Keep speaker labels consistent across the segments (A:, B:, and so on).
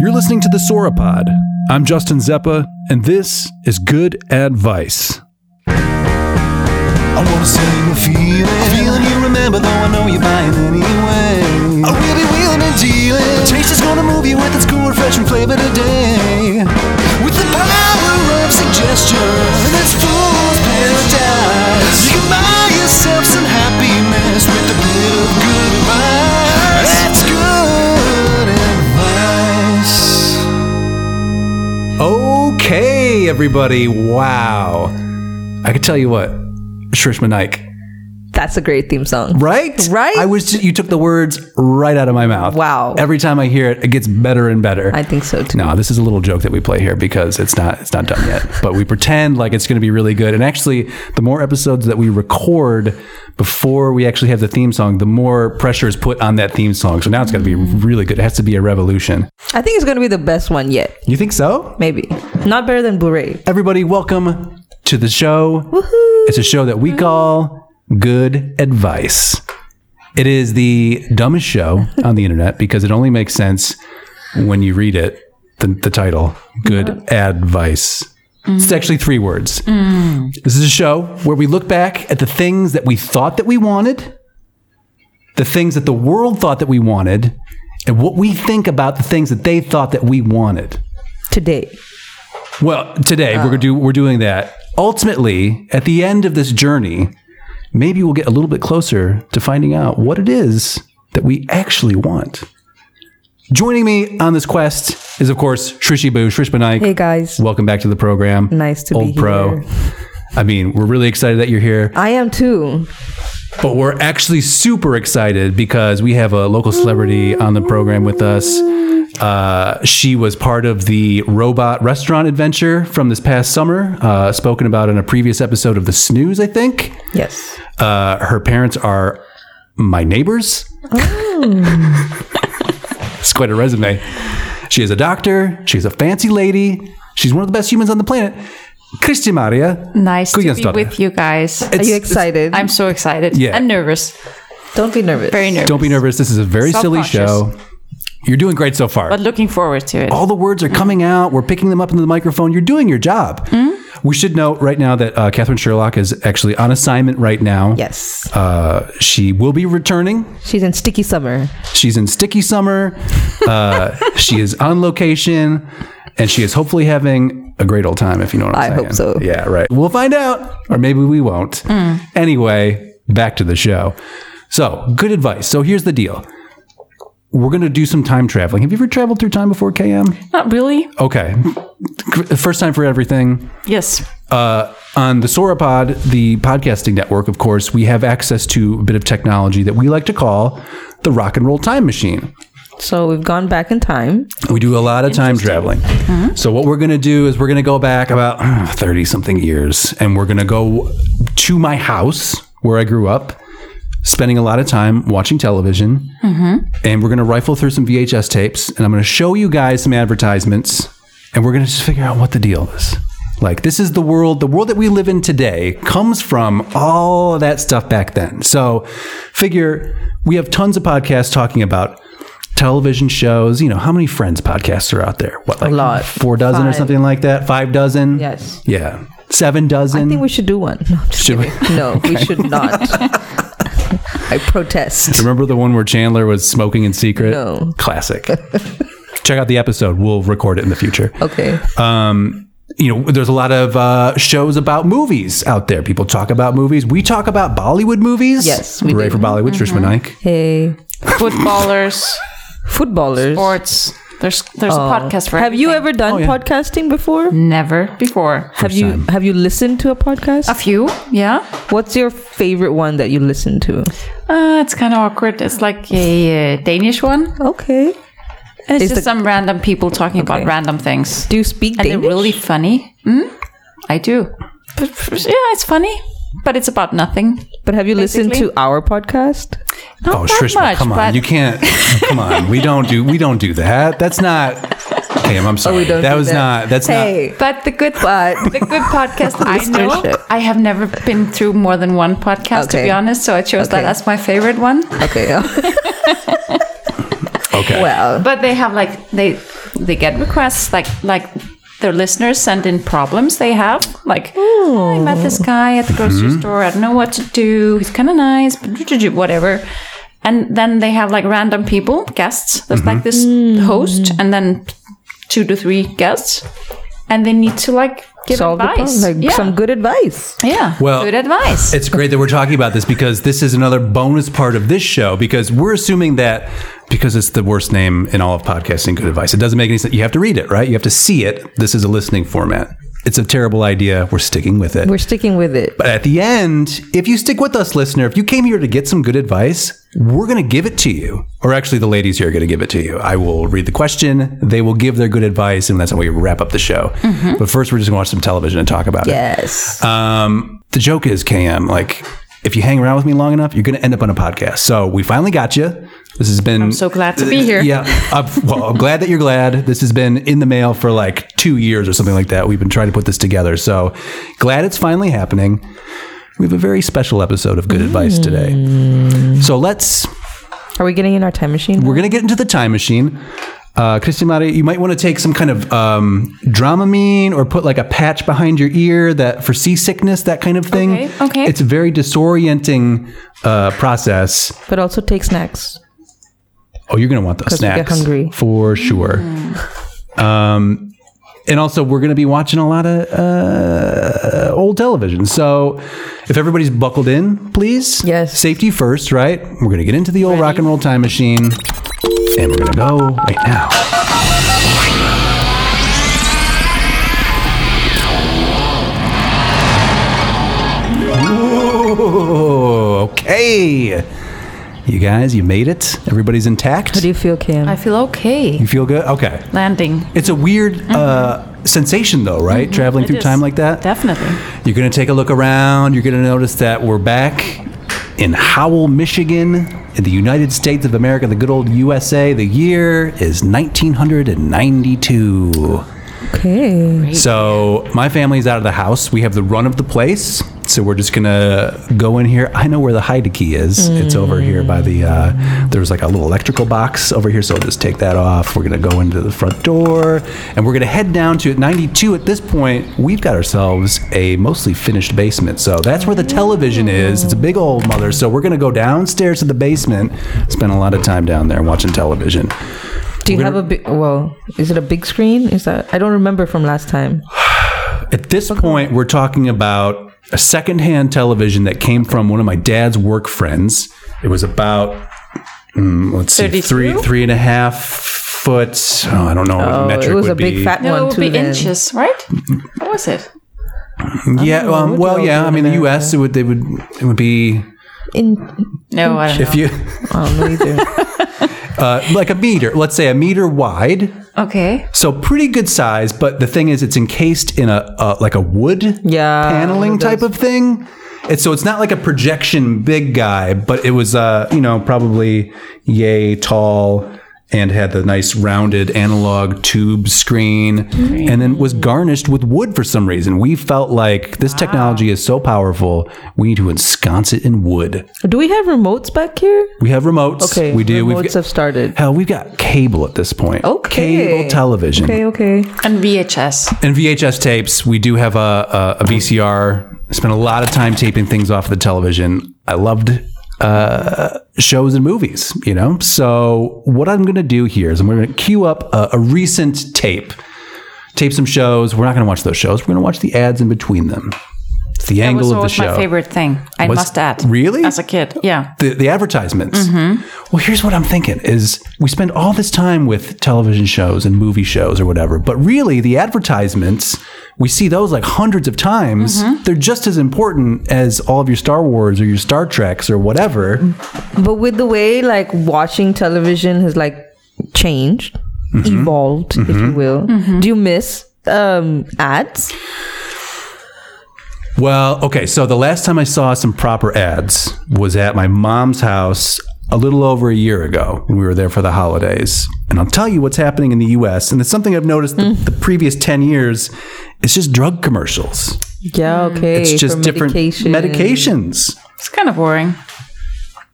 A: You're listening to the Sauropod. I'm Justin Zeppa, and this is Good Advice.
B: I wanna say I'm feeling A feeling you remember Though I know you're buying anyway I will be wheeling and dealing The taste is gonna move you With its cool refreshing flavor today With the power of suggestion And this fool's paradise You can buy yourself some happiness With a bit of good advice That's good advice
A: Okay, everybody. Wow. I could tell you what, Shrishma Naik,
C: That's a great theme song.
A: right?
C: Right?
A: I was. Just, you took the words right out of my mouth.
C: Wow.
A: Every time I hear it, it gets better and better.
C: I think so too.
A: No, this is a little joke that we play here because it's not it's not done yet. But we pretend like it's going to be really good. And actually, the more episodes that we record before we actually have the theme song, the more pressure is put on that theme song. So now it's going to be really good. It has to be a revolution.
C: I think it's going to be the best one yet.
A: You think so?
C: Maybe. Not better than Bure.
A: Everybody, welcome to the show. It's a show that we call Good Advice. It is the dumbest show on the internet because it only makes sense when you read it, the, the title, Good Advice. It's actually three words. This is a show where we look back at the things that we thought that we wanted, the things that the world thought that we wanted, and what we think about the things that they thought that we wanted.
C: Today.
A: Well, today we're gonna do we're doing that. Ultimately, at the end of this journey, maybe we'll get a little bit closer to finding out what it is that we actually want. Joining me on this quest is, of course, Trishy Boo, Trish Banaik.
C: Hey guys.
A: Welcome back to the program.
C: Nice to be
A: Old pro.
C: here.
A: I mean, we're really excited that you're here,
C: I am too.
A: but we're actually super excited because we have a local celebrity on the program with us. Uh, she was part of the robot restaurant adventure from this past summer, uh, spoken about in a previous episode of The Snooze, I think.
C: Yes.
A: Uh, her parents are my neighbors. it's quite a resume. She is a doctor. She's a fancy lady. She's one of the best humans on the planet. Christi Maria.
D: Nice to be
A: Guðjónsdóttir.
D: with you guys.
C: Are you excited?
D: I'm so excited.
A: Yeah.
D: And nervous.
C: Don't be nervous.
D: Very nervous.
A: Don't be nervous. This is a very silly show. You're doing great so far.
D: But looking forward to it.
A: all the words are coming out. We're picking them up into the microphone. You're doing your job.
C: Mm-hmm.
A: We should note right now that uh, Catherine Sherlock is actually on assignment right now.
C: Yes.
A: Uh, she will be returning.
C: She's in Sticky Summer.
A: She's in Sticky Summer. Uh, she is on location, and she is hopefully having a great old time. If you know what I'm
C: I
A: saying.
C: hope so. Mm.
A: Yeah, right. We'll find out, or maybe we won't. Anyway, back to the show. So, good advice. So here's the deal. We're going to do some time traveling. Have you ever traveled through time before, KM?
D: Not really.
A: Okay. First time for everything.
D: Yes.
A: Uh, on the Sauropod, the podcasting network, of course, we have access to a bit of technology that we like to call the rock and roll time machine.
C: So we've gone back in time.
A: We do a lot of time traveling. So, what we're going to do is we're going to go back about 30 something years and we're going to go to my house where I grew up, spending a lot of time watching television.
C: Mm-hmm.
A: And we're going to rifle through some VHS tapes and I'm going to show you guys some advertisements and we're going to just figure out what the deal is. Like, this is the world, the world that we live in today comes from all of that stuff back then. So, figure we have tons of podcasts talking about television shows. You know, how many Friends podcasts are out there? What, like a
C: lot.
A: Four dozen or
C: Five.
A: something like that? Five dozen?
C: Yes.
A: Yeah. Seven dozen?
C: I think we should do one. No, I'm just
A: Should we?
C: kidding. No, we should not. I protest.
A: Remember the one where Chandler was smoking in secret?
C: No.
A: Classic. Check out the episode. We'll record it in the future.
C: Okay.
A: um, you know, there's a lot of uh, shows about movies out there. People talk about movies. We talk about Bollywood movies.
C: Yes, we
A: Hooray
C: do. Mm-hmm.
A: for Bollywood, Trishman Naik.
C: Hey,
D: Footballers,
C: footballers.
D: sports. Oh, There's there's a podcast for
C: Oh. Have you
D: everything.
C: ever done
A: yeah.
C: podcasting before?
D: Never before.
C: have you have you listened to a podcast?
D: A few, yeah.
C: What's your favorite one that you listen to?
D: Uh, it's kind of awkward. It's like a, uh Danish one.
C: Okay.
D: And it's
C: Is
D: just
C: the-
D: some random people talking
C: Okay.
D: about random things.
C: Do you speak
D: and
C: Danish?
D: they're really funny. Mm? I do. But, yeah, it's funny, but it's about nothing.
C: but have you listened to
D: basically-
C: our podcast?
D: Not
A: Oh,
D: that
A: Trishman,
D: much,
A: come on.
D: but-
A: You can't. Come on. We don't do. We don't do that. That's not. Damn, I'm sorry.
C: Oh, don't
A: that
C: do
A: was
C: that.
A: not. That's
C: Hey,
D: But the good
C: but
D: the good podcast I know.
C: Listenership.
D: I have never been through more than one podcast to
C: Okay.
D: be honest, so I chose that
C: Okay.
D: as my favorite one.
C: okay.
A: not. Okay.
C: well,
D: But they have like they they get requests like like their listeners send in problems they have. Like I met this guy at the grocery
E: Mm-hmm.
D: store. I don't know what to do. He's kind of nice, but whatever. And then they have like random people, guests. There's like
E: Mm-hmm.
D: this
E: Mm.
D: host, and then two to three guests, and they need to like give
E: Solve the
D: advice.
E: problem. Like
D: yeah.
E: some good advice.
D: yeah,
A: Well,
D: good advice.
A: It's great that we're talking about this because this is another bonus part of this show because we're assuming that because it's the worst name in all of podcasting, good advice. It doesn't make any sense. You have to read it, right? You have to see it. This is a listening format. It's a terrible idea. We're sticking with it.
E: We're sticking with it.
A: but at the end, if you stick with us, listener, if you came here to get some good advice, we're going to give it to you. Or actually, the ladies here are going to give it to you. I will read the question. They will give their good advice. And that's how we wrap up the show. But first, we're just going to watch some television and talk about it.
E: Mm-hmm. Yes.
A: Um, the joke is, KM, like, if you hang around with me long enough, you're going to end up on a podcast. So we finally got you. This has been. I'm
D: so glad to be here.
A: Yeah. I'm, well, I'm glad that you're glad. This has been in the mail for like two years or something like that. We've been trying to put this together. So glad it's finally happening. We have a very special episode of Good Advice today. So let's.
E: Are we getting in our time machine?
A: We're going to get into the time machine. Uh, Christian Maria, you might want to take some kind of um, Dramamine or put like a patch behind your ear that for seasickness, that kind of thing.
D: Okay, okay.
A: It's a very disorienting uh, process.
E: but also take snacks.
A: Oh, you're going to want those
E: 'Cause we get
A: snacks
E: hungry. Mm.
A: for sure. Um, and also, we're going to be watching a lot of uh, old television. So, if everybody's buckled in, please.
E: Yes.
A: Safety first, right? We're going to get into the old rock and roll time machine, and we're going to go right now. Ooh, Okay. You guys, you made it. Everybody's intact.
E: How do you feel, Kim?
D: I feel okay
A: You feel good? Okay.
D: landing.
A: It's a weird uh, sensation, though, right? Traveling through
D: is.
A: time like that.
D: Definitely.
A: You're going to take a look around. You're going to notice that we're back in Howell, Michigan, in the United States of America, the good old USA. The year is 1992.
E: okay.
A: So my family's out of the house. We have the run of the place. So we're just gonna go in here. I know where the hide key is. It's over here by the. Uh, there was like a little electrical box over here, so we'll just take that off. We're gonna go into the front door, and we're gonna head down to at 92. At this point, we've got ourselves a mostly finished basement. So that's where the television is. It's a big old mother. So we're gonna go downstairs to the basement. Spend a lot of time down there watching television.
E: Do you
A: we're
E: have
A: gonna-
E: a big? Well, is it a big screen? Is that? I don't remember from last time.
A: At this point, we're talking about a secondhand television that came from one of my dad's work friends. It was about, mm, let's see,
D: 32?
A: three, three and a half foot. Oh, I don't know what
E: Oh,
A: metric
E: it was
A: would
E: a big
A: be.
E: fat
D: No,
E: one
D: it would
E: too.
D: be
E: then.
D: inches, right? What was it?
A: Yeah,
E: know,
A: um,
E: what
A: well,
E: do I
A: yeah.
E: do
A: I
E: in
A: mean, the U.S. It would, they would, it would be
E: In,
D: No, I don't
A: if you
E: I don't know either.
A: uh, like a meter. Let's say a meter wide.
D: know. Okay.
A: So pretty good size, but the thing is, it's encased in a uh, like a wood
E: Yeah, one
A: paneling
E: of
A: type of thing. And so it's not like a projection big guy, but it was uh you know probably yay tall and had the nice rounded analog tube screen and then was garnished with wood for some reason. We felt like this technology is so powerful, we need to ensconce it in wood.
E: do we have remotes back here?
A: We have remotes.
E: Okay,
A: we do.
E: Remotes
A: got-
E: have started.
A: Hell, we've got cable at this point.
E: Okay.
A: Cable television
E: Okay, okay.
D: And VHS.
A: and VHS tapes. We do have a, a, a VCR. I spent a lot of time taping things off the television. I loved uh, shows and movies, you know? So, what I'm going to do here is I'm going to queue up a, a recent tape, tape some shows. We're not going to watch those shows. We're going to watch the ads in between them. It's the
D: That was
A: angle of the
D: always
A: show.
D: my favorite thing. I
A: Was-
D: must add.
A: Really?
D: As a kid, yeah.
A: the, the advertisements. Well, here's what I'm thinking is we spend all this time with television shows and movie shows or whatever, but really the advertisements, we see those like hundreds of times. They're just as important as all of your Star Wars or your Star Treks or whatever.
E: But with the way like watching television has like changed,
A: Mm-hmm.
E: evolved, if you will, do you miss um ads?
A: Well, okay. So the last time I saw some proper ads was at my mom's house a little over a year ago when we were there for the holidays. And I'll tell you what's happening in the US. And it's something I've noticed the, the previous 10 years. It's just drug commercials.
E: Yeah, okay.
A: It's
E: Mm. for
A: just different
E: medication.
A: medications.
D: It's kind of boring.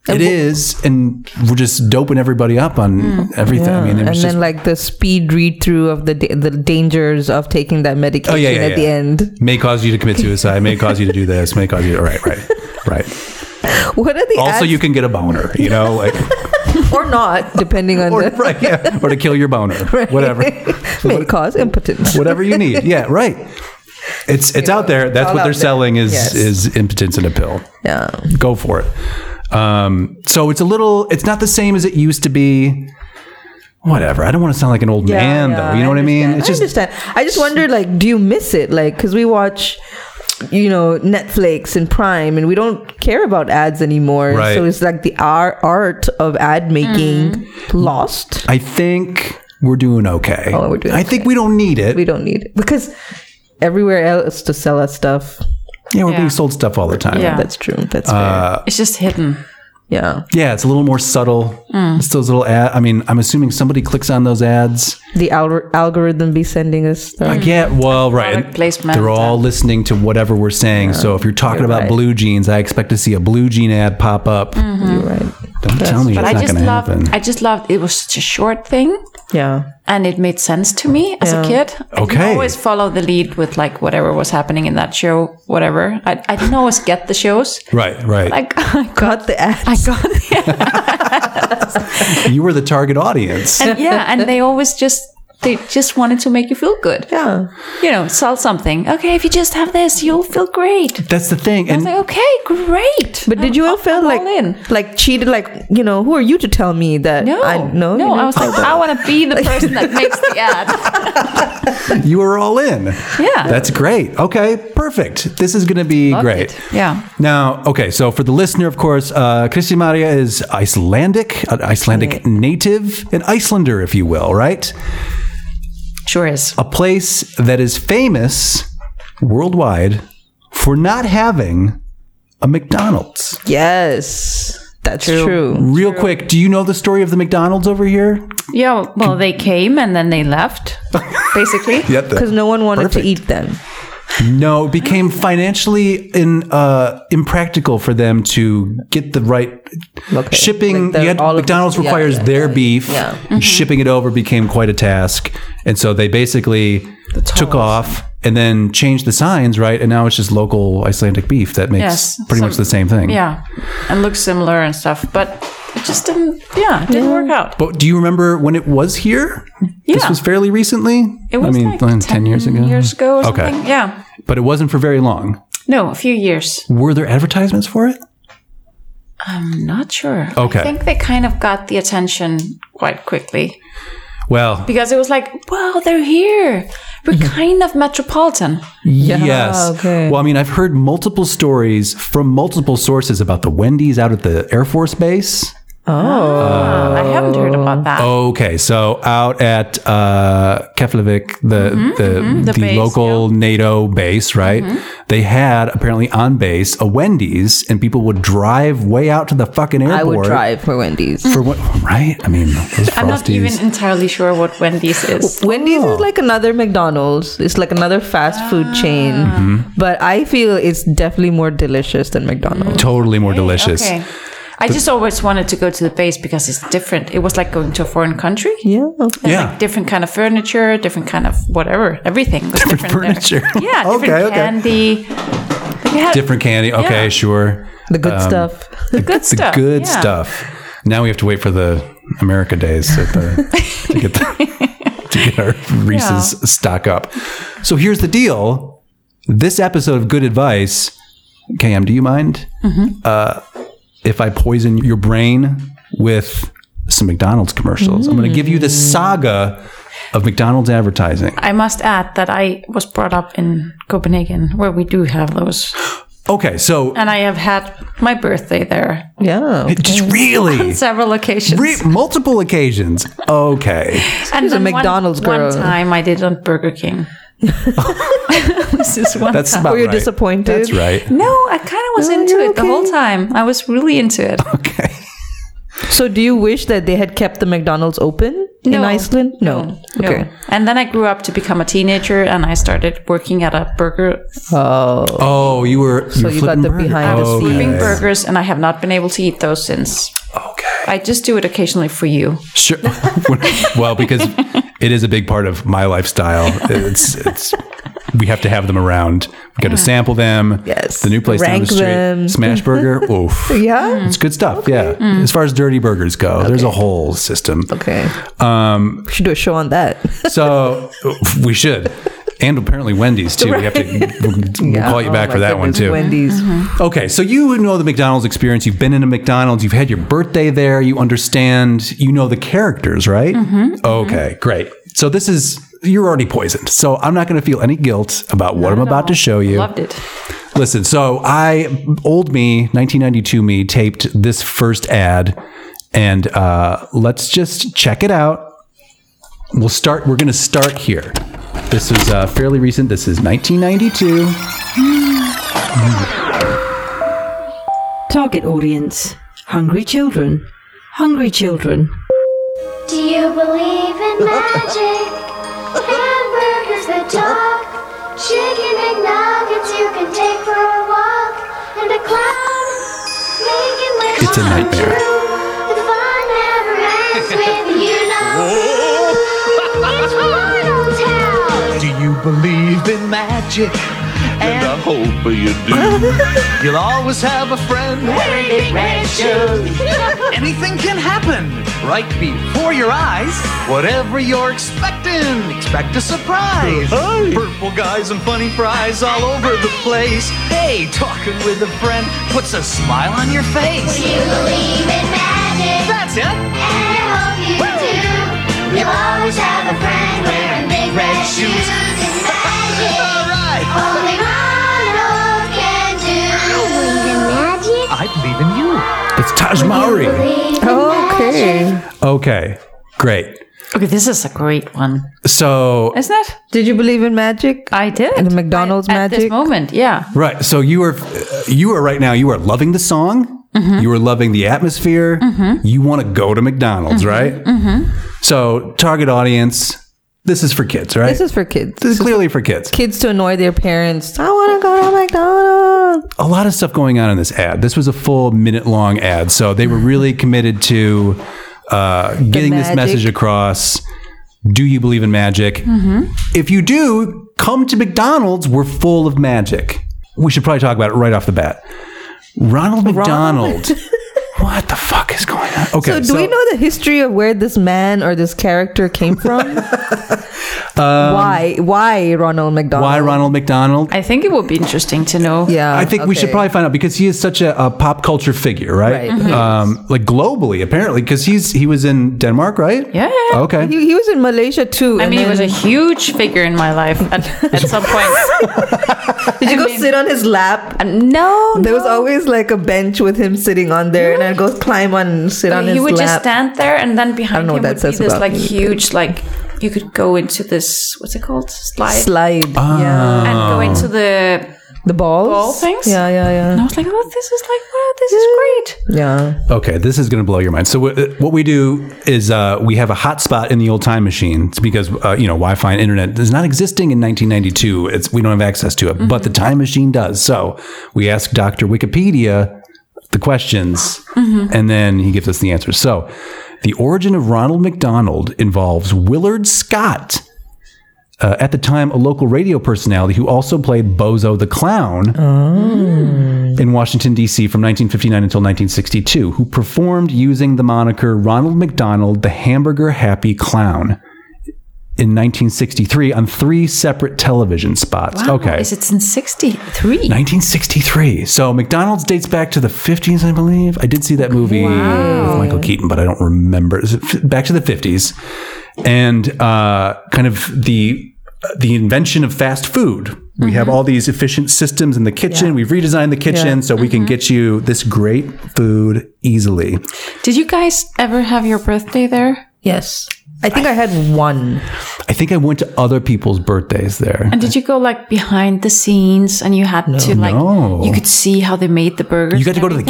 A: It is, and we're just doping everybody up on everything. I mean, it
E: Hmm. and
A: was just
E: then like the speed read through of the da- the dangers of taking that medication
A: oh yeah, yeah,
E: at the
A: yeah.
E: end.
A: may cause you to commit suicide, may cause you to do this, may cause you. To, right, right, right.
E: What are the
A: Also,
E: ads
A: you can get a boner, you know, like
E: or not depending on
A: or,
E: the
A: right, yeah, or to kill your boner, whatever,
E: may
A: what-
E: cause impotence.
A: whatever you need. Yeah, right. It's it's out there. That's
E: all
A: what
E: out
A: they're
E: there.
A: selling is
E: Yes.
A: is impotence in a pill.
E: Yeah,
A: Go for it. Um, so it's a little. It's not the same as it used to be. Whatever. I don't want to sound like an old man
E: Yeah,
A: though. You know what I mean?
E: understand.
A: It's just
E: I understand. I just wonder, like, do you miss it? Like, because we watch, you know, Netflix and Prime, and we don't care about ads anymore.
A: Right.
E: So it's like the ar- art of ad making lost.
A: I think we're doing okay.
E: Oh, we're doing
A: I think we don't need it.
E: We don't need it because everywhere else to sell us stuff.
A: yeah, we're
D: Yeah.
A: being sold stuff all the time.
D: Yeah.
E: That's true.
A: Uh,
E: That's
D: It's just hidden.
E: fair. Yeah.
A: Yeah, it's a little more subtle. It's those little ad. I mean, I'm assuming somebody clicks on those ads.
E: The al- algorithm be sending us stuff.
A: I get well, right.
D: Product
A: and
D: placement.
A: They're all listening to whatever we're saying. So if you're talking about
E: right.
A: blue jeans, I expect to see a blue jean ad pop up.
E: You're right.
A: Don't tell me it's
D: But I
A: not
D: just
A: going to
D: loved.
A: happen.
D: I just loved. It was such a short thing,
E: Yeah.
D: and it made sense to me as a kid. I didn't
A: Okay.
D: always follow the lead with like whatever was happening in that show, whatever. I, I didn't always get the shows.
A: right, right.
D: Like I got,
E: Got the ad.
D: I got
A: you were the target audience.
D: and yeah, and they always just they just wanted to make you feel good.
E: Yeah.
D: You know, sell something. Okay, if you just have this, you'll feel great.
A: That's the thing. And
D: Like, okay, great.
E: But did you ever feel
D: I'm
E: like
D: all in.
E: like cheated? Like you know, who are you to tell me that?
D: No,
E: I, no, you
D: no.
E: never
D: I was
E: felt
D: like,
E: that?
D: I want to be the person that makes the ad.
A: you were all in.
D: Yeah.
A: That's great. Okay, perfect. This is going to be
D: Loved
A: great.
D: it. Yeah.
A: Now, okay, so for the listener, of course, uh, Kristi Maria is Icelandic, an Icelandic native, an Icelander, if you will, right?
D: Sure is.
A: A place that is famous worldwide for not having a McDonald's.
E: Yes, that's true.
A: Real quick, do you know the story of the McDonald's over here?
D: Yeah. Well, they came and then they left, basically.
A: Yep.
E: Because no one wanted
A: Perfect.
E: to eat them.
A: No, it became financially in, uh, impractical for them to get the right
E: Okay.
A: shipping.
E: Like the-
A: you had,
E: all of-
A: McDonald's
E: yeah,
A: requires
E: yeah,
A: their beef.
E: Yeah.
A: Shipping
D: Mm-hmm.
A: it over became quite a task, and so they basically took off and then changed the signs, right? And now it's just local Icelandic beef that makes
D: Yes.
A: pretty much
D: Some-
A: the same thing.
D: Yeah. And looks similar and stuff, but it just didn't. Yeah, it didn't work out.
A: But do you remember when it was here? This
D: Yeah.
A: was fairly recently.
D: It was
A: I mean,
D: like
A: when, 10, years ago.
D: Years ago. Or
A: Okay.
D: Something. Yeah.
A: But it wasn't for very long.
D: No, a few years.
A: Were there advertisements for it?
D: I'm not sure.
A: Okay.
D: I think they kind of got the attention quite quickly
A: Well,
D: because it was like, wow, they're here. We're
A: Mm-hmm.
D: kind of metropolitan.
A: yes.
D: Oh,
E: okay.
A: Well, I mean, I've heard multiple stories from multiple sources about the Wendy's out at the Air Force Base.
D: Oh, I haven't heard about
A: Oh,
D: that.
A: Okay, so out at uh, Keflavik, the the, the,
D: Mm-hmm, base, Mm-hmm.
A: local NATO base, right? They had apparently on base a Wendy's, and people would drive way out to the fucking airport.
E: I would drive for Wendy's.
A: for what? Right? I mean, those
D: I'm not
A: Frosties. Oh,
D: even entirely sure what Wendy's is.
E: Wendy's is like another McDonald's. It's like another fast food chain,
A: Mm-hmm.
E: but I feel it's definitely more delicious than McDonald's.
A: totally more delicious.
D: Okay. I just always wanted to go to the base because it's different. It was like going to a foreign country.
E: Yeah. okay.
A: Yeah.
D: Different kind of furniture, different kind of whatever. Everything was different.
A: furniture.
D: There. Yeah, different
A: Okay, okay.
D: candy. We had
A: Different candy. Okay,
D: Yeah.
A: sure.
E: The good
A: Um,
E: stuff.
A: The
D: good stuff,
A: The good
D: yeah.
A: stuff. Now we have to wait for the America days at the, to get the, to get our Reese's stock up. So here's the deal. This episode of Good Advice, KM, do you mind
D: Mm-hmm.
A: uh, if I poison your brain with some McDonald's commercials? I'm going to give you the saga of McDonald's advertising.
D: I must add that I was brought up in Copenhagen, where we do have those,
A: Okay, so
D: and I have had my birthday there
E: Yeah.
A: just really.
D: several occasions.
A: Re- multiple occasions. Okay.
D: and
E: She's a
D: then one-
E: McDonald's girl.
D: One time I did on Burger King. this is one.
A: That's about
E: Were you
A: right.
E: disappointed?
A: That's right.
D: No, I kind of was into
E: you're
D: it the
E: okay.
D: whole time. I was really into it.
A: Okay.
E: So, do you wish that they had kept the McDonald's open? in
D: No.
E: Iceland? No. Okay.
D: And then I grew up to become a teenager and I started working at a burger,
A: Oh, you were so
E: you got the behind the scenes.
D: flipping burgers, and I have not been able to eat those since.
A: Okay.
D: I just do it occasionally for you.
A: Sure. well, because it is a big part of my lifestyle. It's it's we have to have them around. We got to sample them.
E: Yes.
A: The new place down the
E: Rank
A: street,
E: them.
A: Smash Burger. Oof.
E: Yeah. Mm.
A: It's good stuff. Yeah. As far as dirty burgers go, there's a whole system.
E: Okay. Um, we should do a show on that.
A: So we should. And apparently Wendy's too. We have to we'll call you
E: Oh
A: back
E: my
A: for that one
E: goodness,
A: too.
E: Wendy's.
A: Okay, so you know the McDonald's experience. You've been in a McDonald's. You've had your birthday there. You understand. You know the characters, right?
D: Mm-hmm.
A: Okay, great. So this is you're already poisoned. So I'm not going to feel any guilt about what I'm about to show you.
D: Loved it.
A: Listen, so I, old me, 1992 me, taped this first ad, and uh, let's just check it out. We'll start, we're going to start here. This is uh, fairly recent. This is 1992.
F: Target audience Hungry children. Hungry children.
G: Do you believe in magic? Hamburgers that talk, chicken McNuggets you can take for a walk, and a clown making wishes
A: It's a
G: come
A: nightmare.
G: true. The fun never ends with you know. It's Ronald's house.
B: Do you believe in magic? And I hope you do. You'll always have a friend wearing big red shoes. Anything can happen right before your eyes. Whatever you're expecting, expect a surprise. Purple guys and funny fries all over the place. Hey, talking with a friend puts a smile on your face.
G: Do you believe in magic?
B: That's it.
G: And I hope you do. You'll always have a friend wearing big red shoes. It's magic.
B: All right.
G: Only Ronald can do. I believe in magic.
B: I believe in you.
A: It's Taj Mahari.
E: Okay.
A: Okay, great.
D: Okay, this is a great one,
A: So
D: isn't it?
E: Did you believe in magic?
D: I did.
E: And the McDonald's
D: At this
E: magic?
D: moment, yeah.
A: right, so you are uh, you are right now. You are loving the song.
E: Mm-hmm.
A: You are loving the atmosphere. You want to go to McDonald's,
E: Mm-hmm.
A: right? So target audience. This is for kids, right?
E: This is for kids.
A: This is clearly for kids.
E: kids to annoy their parents. I want to go to McDonald's.
A: A lot of stuff going on in this ad. This was a full minute long ad, so they were really committed to uh, getting this
E: magic.
A: message across. Do you believe in magic?
E: Mm-hmm.
A: If you do, come to McDonald's. We're full of magic. We should probably talk about it right off the bat. Ronald McDonald. what the fuck is going on? Okay,
E: So, do we know the history of where this man or this character came from? why? Why Ronald McDonald?
A: Um, why Ronald McDonald?
D: I think it would be interesting to know.
E: Yeah.
A: I think we should
E: okay.
A: probably find out because he is such a, a pop culture figure, right?
E: Right. Mhm.
A: Um, like globally, apparently, because he's he was in Denmark, right?
D: Yeah.
A: Okay.
E: He, he was in Malaysia too.
D: I
E: and
D: mean, it was a
E: then-
D: huge figure in my life at, at some point.
E: Did you go sit on his lap?
D: No,
E: There was always like a bench with him sitting on there, and I'd go climb on and sit on his
D: he would just
E: lap.
D: stand there, and then behind
E: know what
D: him
E: that
D: would be
E: says
D: this
E: about
D: like
E: me, but-
D: huge, like you could go into this what's it called slide,
E: Slide.
A: Ah.
E: Yeah.
D: and go into the.
E: The balls.
D: Ball things?
E: Yeah, yeah,
D: And
E: yeah.
D: I was like, oh, this is like, wow, this is great.
E: Yeah.
A: Okay, this is going to blow your mind. So uh, what, what we do is uh, we have a hotspot in the old time machine It's because uh, you know Wi-Fi and internet is not existing in 1992. It's we don't have access to it, but the time machine does. So we ask Doctor Wikipedia the questions, and then he gives us the answers. So the origin of Ronald McDonald involves Willard Scott. Uh, at the time, a local radio personality who also played Bozo the Clown in Washington, D.C. from 1959 until 1962, who performed using the moniker Ronald McDonald, the Hamburger Happy Clown. In 1963, on three separate television spots. okay.
D: Is it's in '63?
A: 1963. So McDonald's dates back to the 50s, I believe. I did see that movie with Michael Keaton, but I don't remember. Is it f- back to the 50s, and uh, kind of the the invention of fast food. We have all these efficient systems in the kitchen. We've redesigned the kitchen so we can get you this great food easily.
D: Did you guys ever have your birthday there?
E: Yes. I think I had one.
A: I think I went to other people's birthdays there.
D: And did you go like behind the scenes and you had to like
A: No.
D: you could see how they made the burgers?
A: You got to
D: and
A: go to the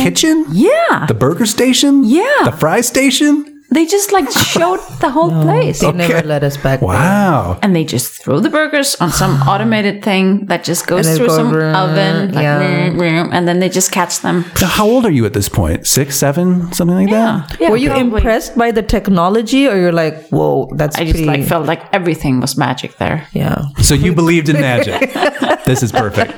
A: kitchen?
D: everything? Yeah.
A: The burger station?
D: Yeah.
A: The fry station?
D: They just like showed the whole place.
E: They never let us back. there.
A: Wow.
D: And they just throw the burgers on some automated thing that just goes
E: And it
D: through
E: goes
D: some
E: vroom,
D: oven, like,
E: yeah.
D: vroom, vroom, and then they just catch them.
A: So how old are you at this point? Six, seven, something like that?
D: Yeah,
E: Were you
D: probably.
E: impressed by the technology, or you're like, whoa, that's
D: I just
E: pretty?
D: like felt like everything was magic there.
E: yeah.
A: So you believed in magic. this is perfect.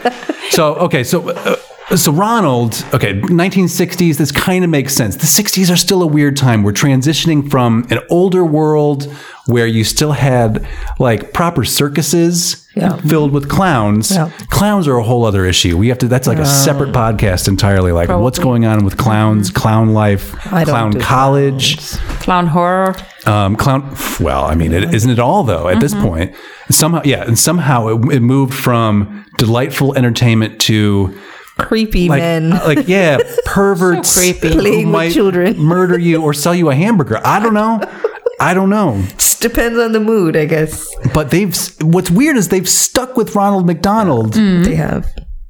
A: So okay, so uh, so Ronald, okay, 1960s. This kind of makes sense. The 60s are still a weird time. We're transitioning from an older world where you still had like proper circuses
E: Yeah.
A: filled with clowns.
E: Yeah.
A: Clowns are a whole other issue. We have to. That's like a separate podcast entirely. Like what's going on with clowns, clown life,
E: Mm-hmm. I don't
A: clown
E: do
A: college.
D: Clown horror.
A: Um, clown. Well, I mean, it, isn't it all though? At this point, somehow, yeah, and somehow it, it moved from delightful entertainment to
E: Creepy
A: like, uh,
E: men.
A: like yeah, perverts
D: creepy.
A: who
E: Playing with
A: might
E: children.
A: murder you or sell you a hamburger. I don't know. I don't know.
E: Just depends on the mood, I guess.
A: But they've. What's weird is they've stuck with Ronald McDonald.
D: Hmm?
E: They have.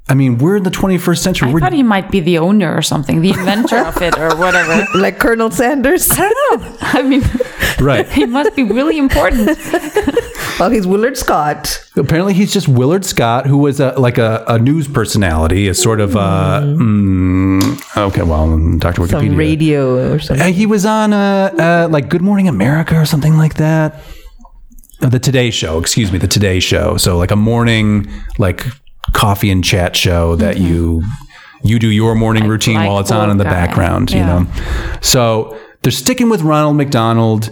A: I mean, we're in the 21st century.
D: I
A: we're
D: thought he might be the owner or something, the inventor of it or whatever.
E: Like Colonel Sanders.
D: I don't know. I mean,
A: right.
D: he must be really important.
E: well, he's Willard Scott.
A: Apparently, he's just Willard Scott, who was a, like a, a news personality, a sort of uh, mm, okay. Well, Doctor Wikipedia.
E: Some radio or something.
A: Uh, he was on uh, uh, like Good Morning America or something like that. Uh, the Today Show, excuse me, the Today Show. So like a morning like coffee and chat show that you you do your morning routine
D: like
A: while it's on
D: old
A: in the
D: guy.
A: background, you
D: Yeah.
A: know. So they're sticking with Ronald McDonald.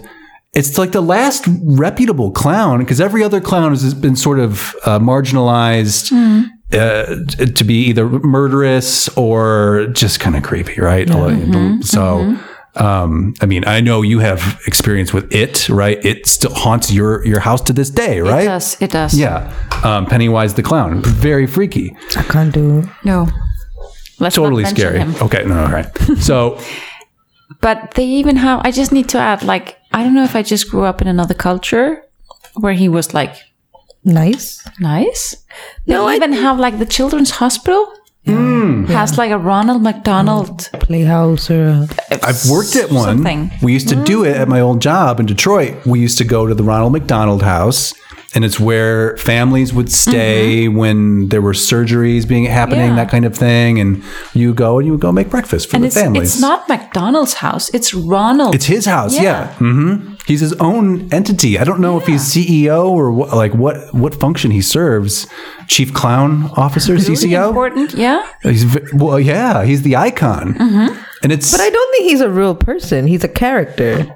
A: It's like the last reputable clown because every other clown has been sort of uh, marginalized
D: Hmm.
A: uh, t- to be either murderous or just kind of creepy, right?
D: Mm-hmm.
A: So, um, I mean, I know you have experience with it, right? It still haunts your your house to this day, right?
D: It does. It does.
A: Yeah, um, Pennywise the clown, very freaky,
E: I can't do it.
D: No. Let's not
A: totally
D: mention
A: scary.
D: him.
A: Okay, no, all right. So,
D: But they even have, I just need to add, like, I don't know if I just grew up in another culture where he was like,
E: Nice.
D: nice. No, Hmm. they even have like the children's hospital. Has like a Ronald McDonald.
E: Playhouse or a
A: I've worked at one.
D: Something.
A: We used to do it at my old job in Detroit. We used to go to the Ronald McDonald House, and it's where families would stay when there were surgeries being happening,
D: Mm-hmm. Yeah.
A: that kind of thing. And you go and you would go make breakfast for
D: And
A: the
D: it's,
A: families.
D: it's not McDonald's house. It's Ronald.
A: It's his house, yeah.
D: Yeah.
A: hmm He's his own entity. I don't know if he's CEO or what, like what what function he serves. Chief Clown Officer, CCO.
D: important. Yeah.
A: He's ve- well, yeah, he's the icon,
D: Mm-hmm.
A: and it's.
E: But I don't think he's a real person. He's a character.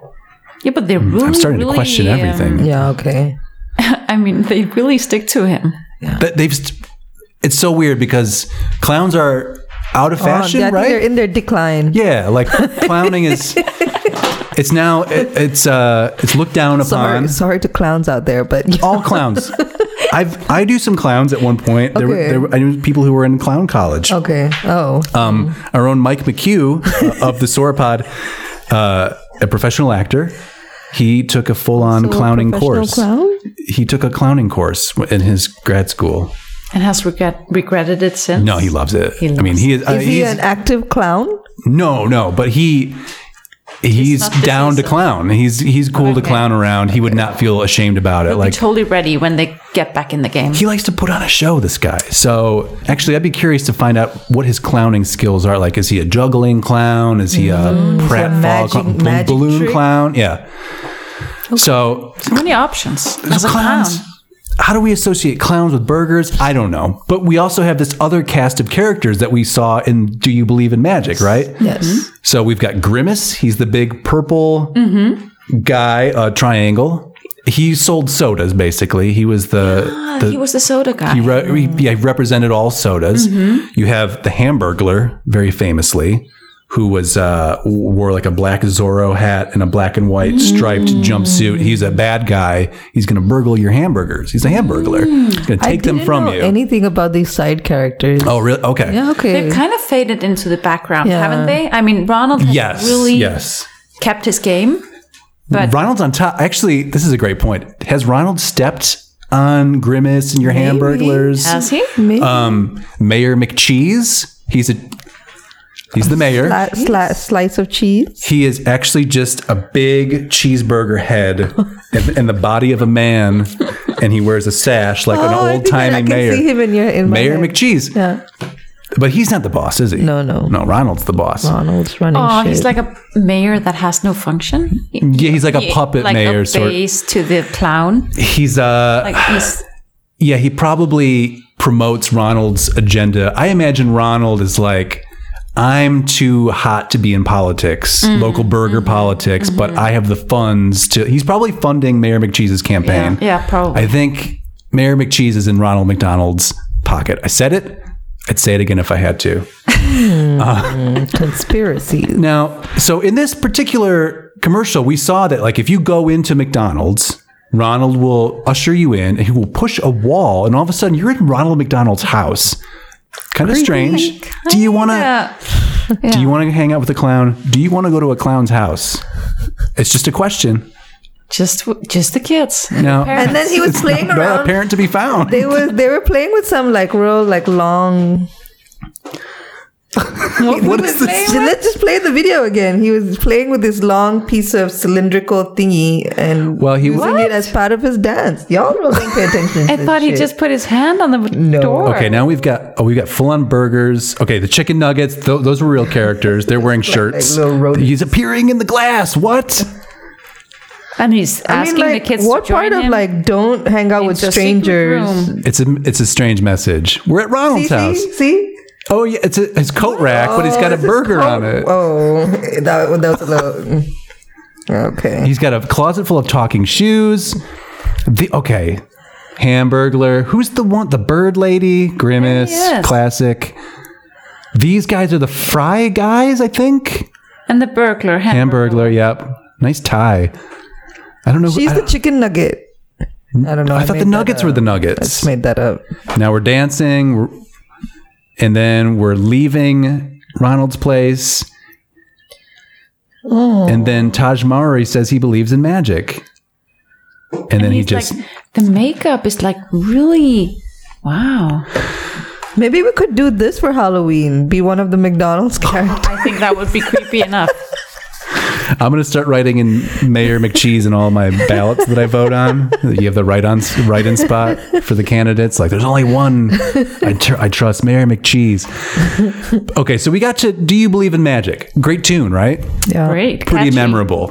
D: Yeah, but they're really.
A: I'm starting to question
D: really, um,
A: everything.
E: Yeah, okay.
D: I mean, they really stick to him.
A: But they've. St- it's so weird because clowns are out of fashion,
E: Oh, I think
A: right?
E: They're in their decline.
A: yeah, like clowning is. It's now it, it's uh it's looked down
E: Sorry,
A: upon.
E: sorry to clowns out there, but
A: All clowns. I've I do some clowns at one point. There, were,
E: Okay.
A: there were I knew people who were in clown college.
E: okay. Oh,
A: Um, our own Mike McHugh uh, of the Sauropod, uh, a professional actor. He took a full-on clowning
E: professional
A: course.
E: clown?
A: He took a clowning course in his grad school.
D: And has regret, regretted it since.
A: No, he loves it. I mean, he is. uh,
E: is he
A: he's-
E: an active clown?
A: No, no, but he he's
D: not
A: down to
D: decisive.
A: clown. He's he's cool to clown around. He would not feel ashamed about it.
D: Be
A: Like
D: totally ready when they get back in the game.
A: he likes to put on a show, this guy. So actually, I'd be curious to find out what his clowning skills are. Like, is he a juggling clown? Is he a pratfall
E: magic-
A: clown? Bal-
E: magic
A: balloon
E: trick?
A: clown? Yeah. So,
D: So many options. As
A: so
D: a clown.
A: clowns. How do we associate clowns with burgers? I don't know. But we also have this other cast of characters that we saw in Do You Believe in Magic, right?
E: Yes.
A: So we've got Grimace. He's the big purple guy, uh, triangle. He sold sodas, basically. He was the. the
D: He was the soda guy.
A: he, re- he- yeah, he represented all sodas. You have the Hamburglar, very famously, who was uh, wore like a black Zorro hat and a black and white striped
E: Mm.
A: jumpsuit. He's a bad guy. He's going to burgle your hamburgers. He's a Hamburglar. He's going to take them
E: Didn't
A: from
E: know
A: you.
E: Anything about these side characters?
A: oh, really? Okay.
E: Yeah, okay.
D: They've kind of faded into the background,
E: Mm. Yeah.
D: haven't they? I mean, Ronald has
A: Yes.
D: really
A: yes.
D: kept his game. But-
A: Ronald's on top. Actually, this is a great point. Has Ronald stepped on Grimace and your Hamburglers?
D: Has he? Oh,
E: Maybe.
A: Um, Mayor McCheese. He's a He's the mayor.
E: Sli- sli- slice of cheese.
A: He is actually just a big cheeseburger head and, and the body of a man, and he wears a sash like
E: Oh, I
A: an old
E: think I- I
A: timey
E: can
A: mayor.
E: see him in your- in my
A: mayor
E: head.
A: McCheese.
E: Yeah.
A: But he's not the boss, is he?
E: No, no.
A: No, Ronald's the boss.
E: Ronald's running
D: Oh,
E: shit.
D: he's like a mayor that has no function.
A: Yeah, he's like a puppet
D: like
A: mayor
D: a
A: sort.
D: base to the clown.
A: He's uh
D: Like he's
A: yeah, he probably promotes Ronald's agenda. I imagine Ronald is like I'm too hot to be in politics,
D: Mm-hmm.
A: local burger politics, but I have the funds to. He's probably funding Mayor McCheese's campaign.
D: yeah, probably.
A: I think Mayor McCheese is in Ronald McDonald's pocket. I said it. I'd say it again if I had to.
E: conspiracy.
A: Now, so in this particular commercial, we saw that like if you go into McDonald's, Ronald will usher you in and he will push a wall and all of a sudden you're in Ronald McDonald's house. Kind of strange. Do you want to
D: yeah.
A: do you want to hang out with a clown? Do you want to go to a clown's house? It's just a question.
D: just w- just the kids.
A: No.
E: And then he was playing
A: Not a
E: around.
A: parent to be found.
E: They were they were playing with some like real like long.
A: what is this?
E: Let's just play the video again. He was playing with this long piece of cylindrical thingy and
A: Well, he-
E: using it as part of his dance. Y'all don't pay attention. To
D: I
E: this
D: thought he
E: shit.
D: just put his hand on the door.
A: Okay, now we've got oh, we've got full on burgers. Okay, the chicken nuggets. Th- those were real characters. They're wearing shirts.
E: little rodents.
A: He's appearing in the glass. What?
D: and he's asking the kids
E: what
D: to join
E: part of
D: him
E: like don't hang out with
D: into a secret
E: strangers?
D: room.
A: It's a it's a strange message. We're at Ronald's
E: See,
A: house.
E: see, see?
A: Oh yeah, it's a his coat rack, but he's got a burger on it.
E: Oh, that, that was a little. mm. Okay.
A: He's got a closet full of talking shoes. The okay, Hamburglar. Who's the one? The Bird Lady, Grimace,
D: Yes.
A: classic. These guys are the Fry guys, I think.
D: and the burglar hamburger.
A: Hamburglar. Yep. Nice tie. I don't know.
E: She's
A: I,
E: the chicken nugget. I don't know.
A: I thought the
E: made that
A: Nuggets were
E: up.
A: the
E: I just
A: Nuggets.
E: made that up.
A: Now we're dancing, we're, and then we're leaving Ronald's place. And then Taj Mahari says he believes in magic. And, then he
D: He's
A: just
D: like, the makeup is like really wow.
E: Maybe we could do this for Halloween. Be one of the McDonald's characters.
D: Oh, I think that would be creepy enough.
A: I'm going to start writing in Mayor McCheese and all my ballots that I vote on. You have the right on right in spot for the candidates. Like, there's only one. I, tr- I trust Mayor McCheese. Okay, so we got to Do You Believe in Magic? Great tune, right?
E: yeah.
D: Great,
A: Pretty
D: catchy.
A: memorable.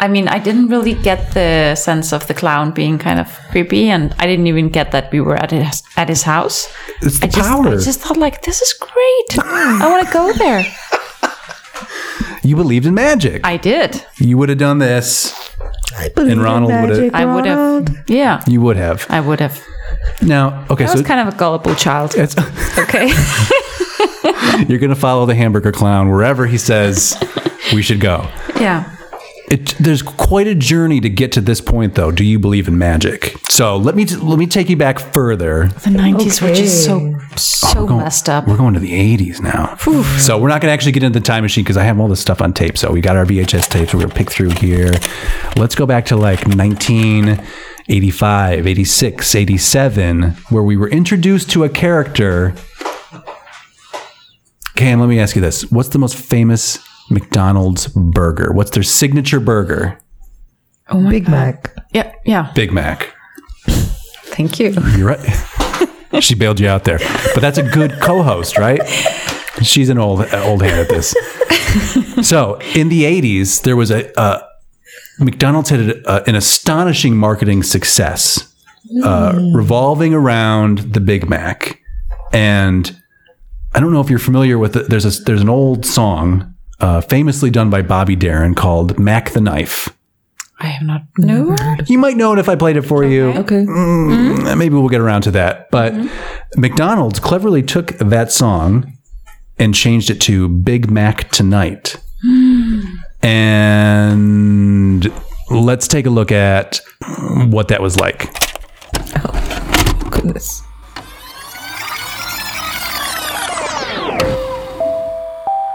D: I mean, I didn't really get the sense of the clown being kind of creepy, and I didn't even get that we were at his at his house.
A: It's the
D: I just,
A: power.
D: I just thought like, this is great. I want to go there.
A: you believed in magic.
D: I did.
A: you would have done this.
E: I believe in
A: Ronald would've-
E: magic,
D: I would
E: Ronald.
D: have. Yeah,
A: You would have.
D: I would have.
A: Now, okay,
D: I
A: so
D: was kind of a gullible child.
A: it's,
D: Okay.
A: you're going to follow the hamburger clown wherever he says we should go.
D: yeah.
A: It, there's quite a journey to get to this point, though. Do you believe in magic? So let me t- let me take you back further.
D: The nineties were just so
A: Oh,
D: so messed up.
A: We're going to the 80s now. So we're not going to actually get into the time machine because I have all this stuff on tape. So we got our VHS tapes. We're going to pick through here. Let's go back to like 1985, 86, 87, where we were introduced to a character. Cam, let me ask you this. What's the most famous McDonald's burger? What's their signature burger?
E: Big Mac.
D: Yeah, yeah.
A: Big Mac.
D: Thank you.
A: You're right. she bailed you out there. But that's a good co-host, right? She's an old uh, old hand at this. So in the '80s, there was a uh, McDonald's had a, uh, an astonishing marketing success uh, revolving around the Big Mac, and I don't know if you're familiar with it. There's a, there's an old song, uh, famously done by Bobby Darin, called "Mac the Knife."
D: I have not. No.
A: You might know it if I played it for you. Okay. Mm-hmm. Maybe we'll get around to that. But McDonald's cleverly took that song and changed it to Big Mac Tonight. and let's take a look at what that was like.
E: Goodness.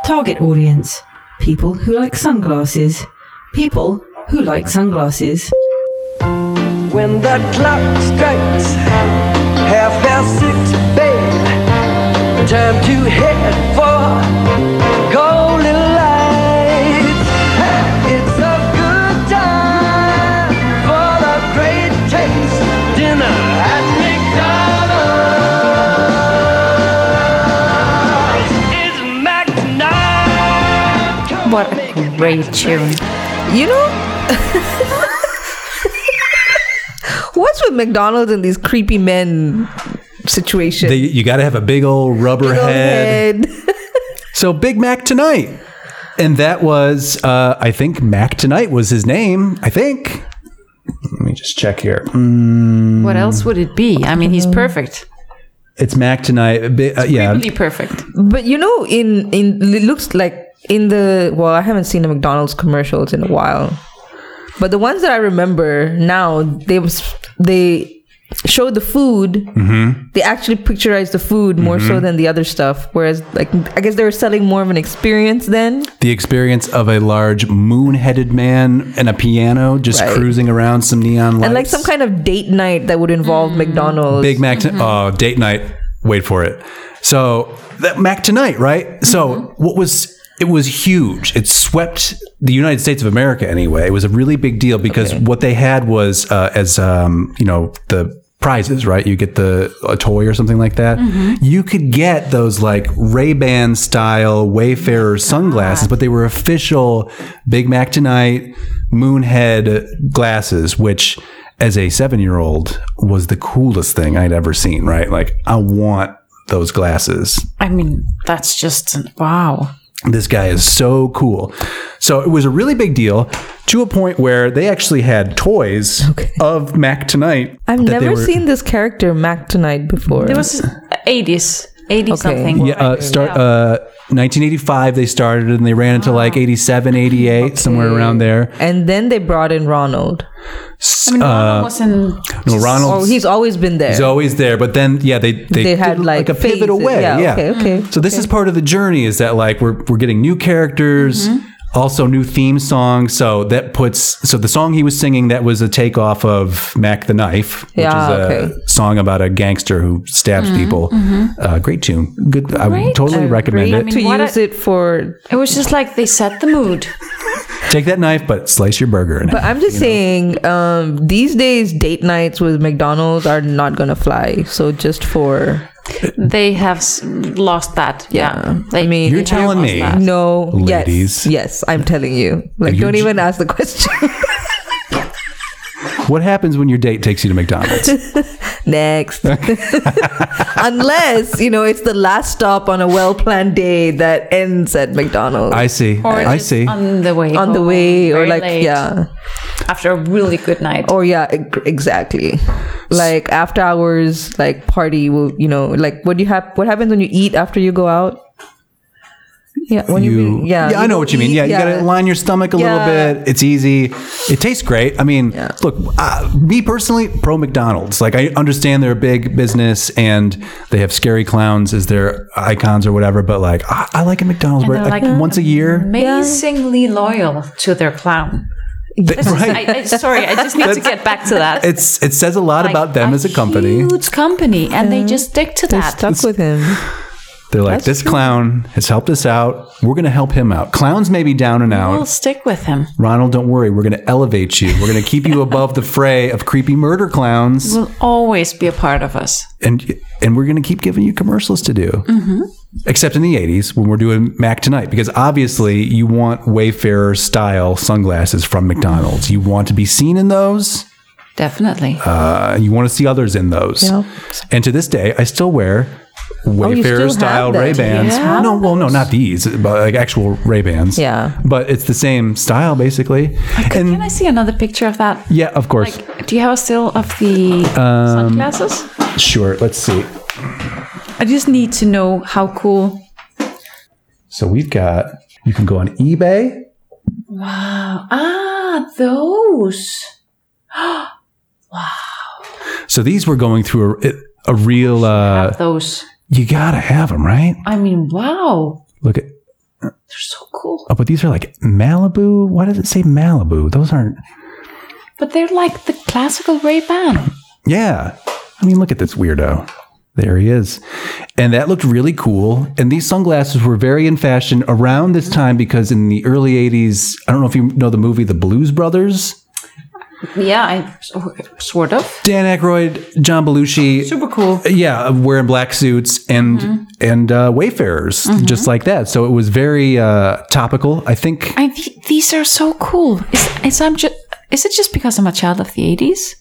F: Target audience people who like sunglasses. People who like sunglasses.
H: When the clock strikes half past six, babe, time to head for
D: great tune.
E: You know, what's with McDonald's and these creepy men situation?
A: They, you got to have a big old rubber
E: Go
A: head.
E: ahead.
A: So Big Mac tonight, and that was uh, I think Mac tonight was his name. I think. Let me just check here. Mm,
D: What else would it be? I mean, he's perfect.
A: It's Mac tonight. Bi- uh, yeah,
D: Really perfect.
E: But you know, in in it looks like in the well, I haven't seen the McDonald's commercials in a while, but the ones that I remember now, they was they show the food.
A: Mm-hmm.
E: They actually picturize the food more so than the other stuff. Whereas, like, I guess they were selling more of an experience then.
A: the experience of a large moon-headed man and a piano just
E: Right.
A: cruising around some neon lights
E: and like some kind of date night that would involve McDonald's.
A: Big Mac. T- oh, date night. Wait for it. So that Mac tonight, right? So what was it was huge. It swept the United States of America anyway. It was a really big deal because what they had was uh, as um, you know the prizes, right? You get the a toy or something like that. You could get those like Ray Ban style Wayfarer sunglasses, but they were official Big Mac tonight Moonhead glasses, which as a seven year old was the coolest thing I'd ever seen, right? Like, I want those glasses.
D: I mean, that's just wow.
A: This guy is so cool. So it was a really big deal to a point where they actually had toys of Mac Tonight.
E: I've
A: that they
E: never
A: were-
E: seen this character Mac tonight before.
D: It was 80s, 80 something.
A: Yeah, uh, start, uh, 1985 they started and they ran into
E: Ah.
A: like 87, 88, somewhere around there.
E: and then they brought in Ronald.
D: I mean,
E: uh,
D: Ronald was in
A: No, Ronald.
E: Oh, he's always been there.
A: He's always there, but then yeah, they they,
E: They had,
A: did,
E: like,
A: a pivot
E: phases.
A: away. Yeah,
E: Yeah, okay, okay,
A: So this is part of the journey is that like we're we're getting new characters,
D: Mm-hmm.
A: also new theme songs. So that puts so the song he was singing that was a takeoff of Mac the Knife, which
E: Yeah,
A: is a
E: okay.
A: song about a gangster who stabs
D: Mm-hmm,
A: people. Uh, great tune, good. I would totally recommend
D: uh, I
A: it.
D: mean,
E: to
D: what
E: use
D: a-
E: it for.
D: It was just like they set the mood.
A: Take that knife, but slice your burger in it.
E: But I'm just saying, um, these days date nights with McDonald's are not gonna fly. So just for
D: They have s- lost that. Yeah.
E: Yeah.
D: They,
E: I mean-
D: they
E: You're
D: have
A: telling
D: lost
A: me.
D: that.
E: no,
A: Ladies.
E: yes, yes, I'm telling you. Like,
A: you
E: don't
A: j-
E: even ask the question.
A: What happens when your date takes you to McDonald's?
E: Next, unless you know it's the last stop on a well-planned day that ends at McDonald's
A: I see.
D: Or
A: I
D: just
A: see.
D: On the way.
E: on the
D: home,
E: way, or
D: very
E: like
D: late,
E: yeah.
D: After a really good night.
E: Or Oh, yeah, eg- exactly. Like after hours, like party will you know like what do you have? What happens when you eat after you go out? Yeah, when you,
A: you
E: yeah,
A: I know
E: go
A: what you mean.
E: eat,
A: Yeah, you got to line your stomach a little
E: Yeah.
A: bit. It's easy. It tastes great. I mean, look, uh, me personally, pro McDonald's. Like I understand they're a big business and they have scary clowns as their icons or whatever, but like I, I like a McDonald's
D: And
A: burger
D: they're
A: like,
D: like-
A: once a year.
D: Amazingly loyal to their clown.
A: Th- right.
D: I, I, sorry, I just need to get back to that.
A: it's it says a lot
D: Like,
A: about them as a company.
D: Huge company, and they just stick to
E: They're
D: that.
E: stuck with him.
A: They're like this clown has helped us out. We're going to help him out. Clowns may be down and out.
D: We'll stick with him.
A: Ronald, don't worry. We're going to elevate you. We're going to keep you above the fray of creepy murder clowns.
D: Will always be a part of us.
A: and and we're going to keep giving you commercials to do.
E: Mm-hmm.
A: Except in the 80s when we're doing Mac tonight, because obviously you want Wayfarer style sunglasses from McDonald's. You want to be seen in those.
D: Definitely.
A: Uh, you want to see others in those. And to this day, I still wear
E: Oh, you still
A: Wayfarer
E: have
A: style
E: them.
A: Ray Bans.
D: Yeah.
A: No, well, no, not these, but like actual Ray Bans.
E: Yeah.
A: But it's the same style basically.
D: Can I see another picture of that?
A: yeah, of course.
D: Like, do you have a still of the sunglasses?
A: sure. Let's see.
D: Um, I just need to know how cool.
A: So we've got. You can go on eBay.
D: Ah, those.
A: So these were going through a, a real. Uh,
D: Those.
A: you gotta have them, right?
D: I mean, wow.
A: Look at.
D: They're so cool.
A: Oh, but these are like Malibu. Why does it say Malibu? Those aren't.
D: But they're like the classical Ray Ban.
A: Yeah. I mean, look at this weirdo. There he is. And that looked really cool. And these sunglasses were very in fashion around this time because in the early 80s, I don't know if you know the movie The Blues Brothers.
D: Yeah, I s- sort of.
A: Dan Aykroyd, John Belushi,
D: Super cool.
A: yeah, wearing black suits and and uh, wayfarers just like that. So it was very uh, topical. I think
D: I th- these are so cool. Is, is I'm just is it just because I'm a child of the 80s?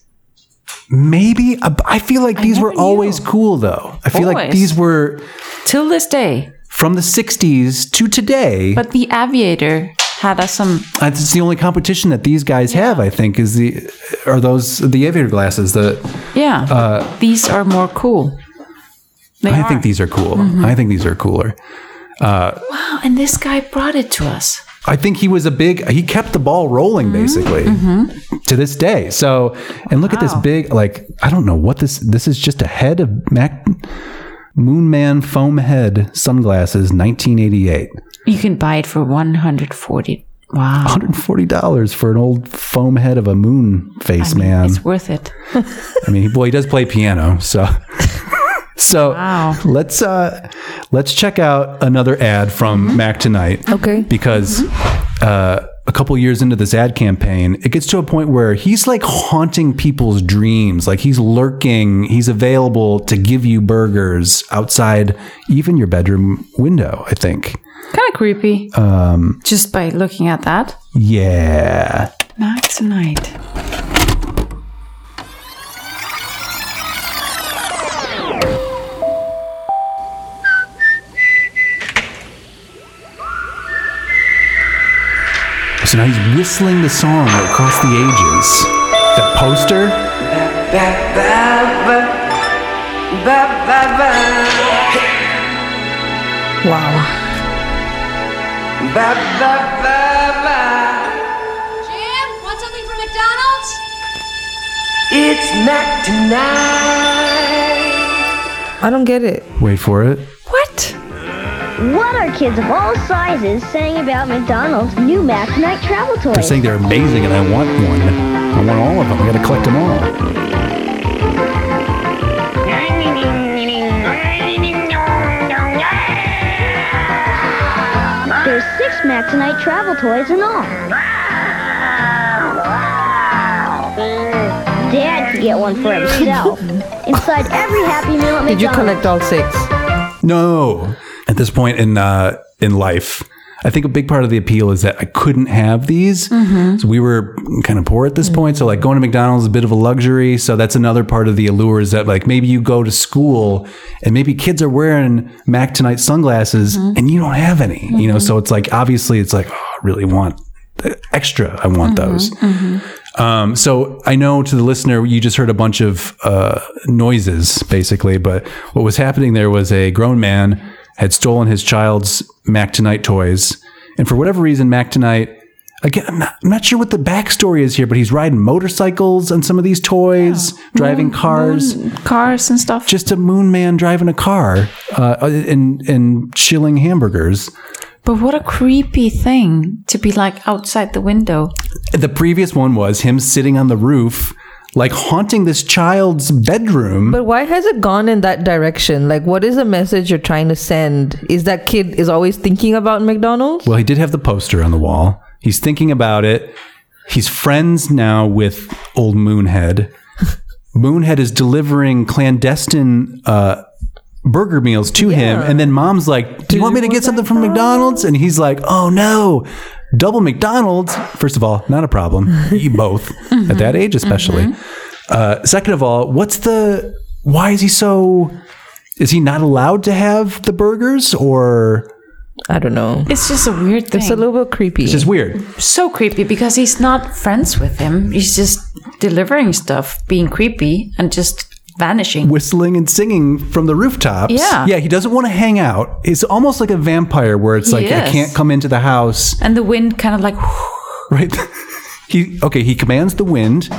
A: maybe uh, I feel like these were
D: never knew.
A: always cool though. I feel like
D: Always.
A: these were
D: Till this day.
A: from the '60s to today.
D: But the Aviator had us some
A: That's the only competition that these guys have. I think is the are those the aviator glasses. The
D: yeah. these are more cool. They
A: I
D: are. Mm-hmm.
A: think these are cool. I think these are cooler.
D: Wow, Oh, and this guy brought it to us.
A: I think he was a big. He kept the ball rolling
D: Mm-hmm.
A: basically to this day. So, and look at this big. Like I don't know what this. This is just a head of Mac Moon Man foam head sunglasses, 1988.
D: You can buy it for 140. Wow.
A: 140 dollars for an old foam head of a moon face man.
D: It's worth it.
A: I mean, well, he does play piano, so. So
D: Wow.
A: let's uh, let's check out another ad from
D: Mm-hmm.
A: Mac tonight.
E: Okay.
A: because uh, a couple years into this ad campaign, it gets to a point where he's like haunting people's dreams. Like he's lurking, he's available to give you burgers outside even your bedroom window. I think.
D: Kind of creepy. Um, Just by looking at that.
A: Yeah.
D: Not tonight.
A: So now he's whistling the song across the ages. That poster.
E: Wow.
G: Jim, want something from McDonald's?
H: It's Mac tonight.
E: I don't get it.
A: Wait for it.
D: What?
I: What are kids of all sizes saying about McDonald's new Mac Night travel
A: They're
I: toys?
A: saying they're amazing and I want one. I want all of them. I gotta collect them all.
I: There's six Mac Night travel toys in all. Dad could get one for himself. Inside every Happy Meal at
E: Did you
I: McDonald's.
E: collect all six?
A: No. At this point in uh, in life, I think a big part of the appeal is that I couldn't have these. So we were kind of poor at this point. So like going to McDonald's is a bit of a luxury. So that's another part of the allure is that like maybe you go to school and maybe kids are wearing Mac Tonight sunglasses and you don't have any. You know, so it's like obviously it's like, oh, I really want the extra. I want those. Um, so I know to the listener, you just heard a bunch of uh, noises, basically. But what was happening there was a grown man had stolen his child's Mac Tonight toys, and for whatever reason, Mac Tonight. Again, I'm not, I'm not sure what the backstory is here, but he's riding motorcycles on some of these toys, driving cars,
D: Cars and stuff.
A: just a moon man driving a car uh, and, and chilling hamburgers.
D: But what a creepy thing to be like outside the window.
A: The previous one was him sitting on the roof, like haunting this child's bedroom.
E: But why has it gone in that direction? Like, what is the message you're trying to send? Is that kid is always thinking about McDonald's?
A: Well, he did have the poster on the wall. He's thinking about it. He's friends now with old Moonhead. Moonhead is delivering clandestine uh, burger meals to him. And then mom's like, Do, you want me to get something from McDonald's? And he's like, Oh no, double McDonald's. First of all, not a problem. You both at that age, especially. Uh, second of all, what's the why is he so is he not allowed to have the burgers or
E: I don't know.
D: It's just a weird thing.
E: It's a little bit creepy.
A: it's just weird?
D: so creepy because he's not friends with him. He's just delivering stuff, being creepy, and just vanishing.
A: whistling and singing from the rooftops.
D: Yeah.
A: Yeah, he doesn't want to hang out. It's almost like a vampire where it's like, I
D: is.
A: can't come into the house.
D: And the wind kind of like,
A: Right. he okay, he commands the wind.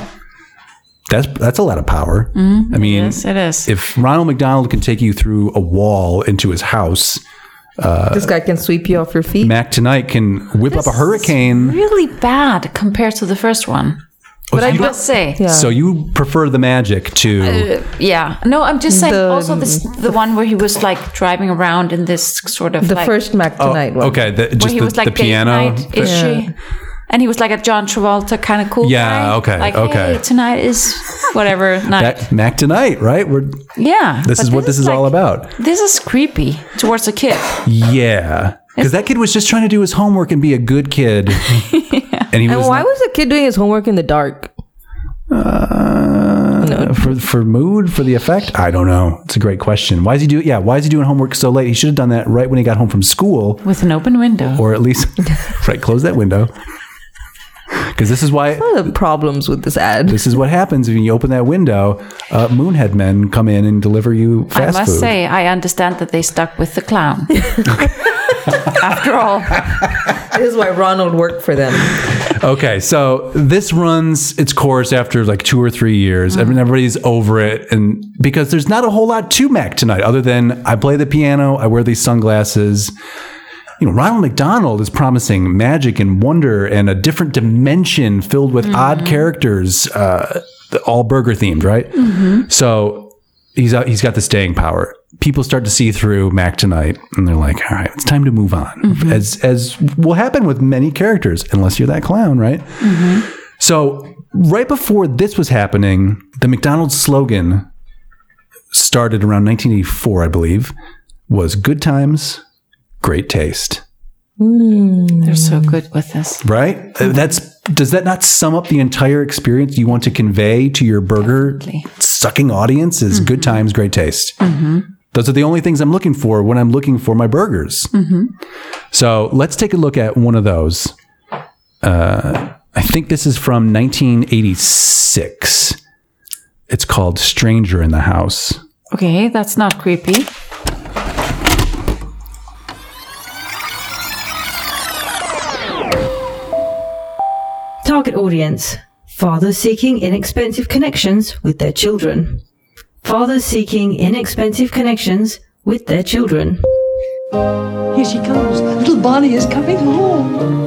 A: That's that's a lot of power. I mean
D: Mm-hmm. yes, it is.
A: if Ronald McDonald can take you through a wall into his house,
E: this guy can sweep you off your feet.
A: Mac tonight can whip up a hurricane.
D: really bad compared to the first one.
A: Oh,
D: But
A: so
D: I
A: you-
D: must say,
E: Yeah.
A: so you prefer the magic
D: Uh,
A: to
D: yeah, no, I'm just saying.
E: The- um,
D: also, this the one where he was like driving around in this sort of
E: the
D: like,
E: first Mac tonight one.
A: oh, okay the,
D: where
A: just
D: he
A: the,
D: was like
A: the piano
D: date night, is she? And he was like a John Travolta kind of cool
A: Yeah,
D: guy.
A: okay,
D: Like,
A: okay.
D: hey, tonight is whatever night.
A: Back, back tonight, right? We're
D: yeah.
A: this
D: but
A: is what this is all
D: like-
A: about.
D: This is creepy towards a kid.
A: Yeah, because that kid was just trying to do his homework and be a good kid, and he
E: And
A: was
E: why
A: not-
E: was the kid doing his homework in the dark?
A: uh, for for mood for the effect. I don't know. It's a great question. Why is he do? Yeah, why is he doing homework so late? He should have done that right when he got home from school,
D: With an open window.
A: or at least right close that window. Because this is why
E: What are the problems with this ad?
A: This is what happens when you open that window. Uh, moonhead men come in and deliver you
D: I
A: fast
D: must
A: food.
D: say, I understand that they stuck with the clown. After all,
E: this is why Ronald worked for them.
A: Okay, so this runs its course after like two or three years. Every- Everybody's over it, and because there's not a whole lot to Mac tonight, other than I play the piano, I wear these sunglasses. You know, Ronald McDonald is promising magic and wonder and a different dimension filled with odd characters, uh, all burger themed, right? So he's out, he's got the staying power. People start to see through Mac tonight, and they're like, "All right, it's time to move on." As as will happen with many characters, unless you're that clown, right? So right before this was happening, the McDonald's slogan started around 1984, I believe, was "Good times, great taste."
D: they're so good with this.
A: Right? Uh, That's does that not sum up the entire experience you want to convey to your burger sucking audience? Is good times, great taste. Those are the only things I'm looking for when I'm looking for my burgers. So let's take a look at one of those. Uh, I think this is from 1986. It's called "Stranger in the House."
D: Okay, that's not creepy.
F: Target audience fathers seeking inexpensive connections with their children. Fathers seeking inexpensive connections with their children.
H: Here she comes. Little Bonnie is coming home.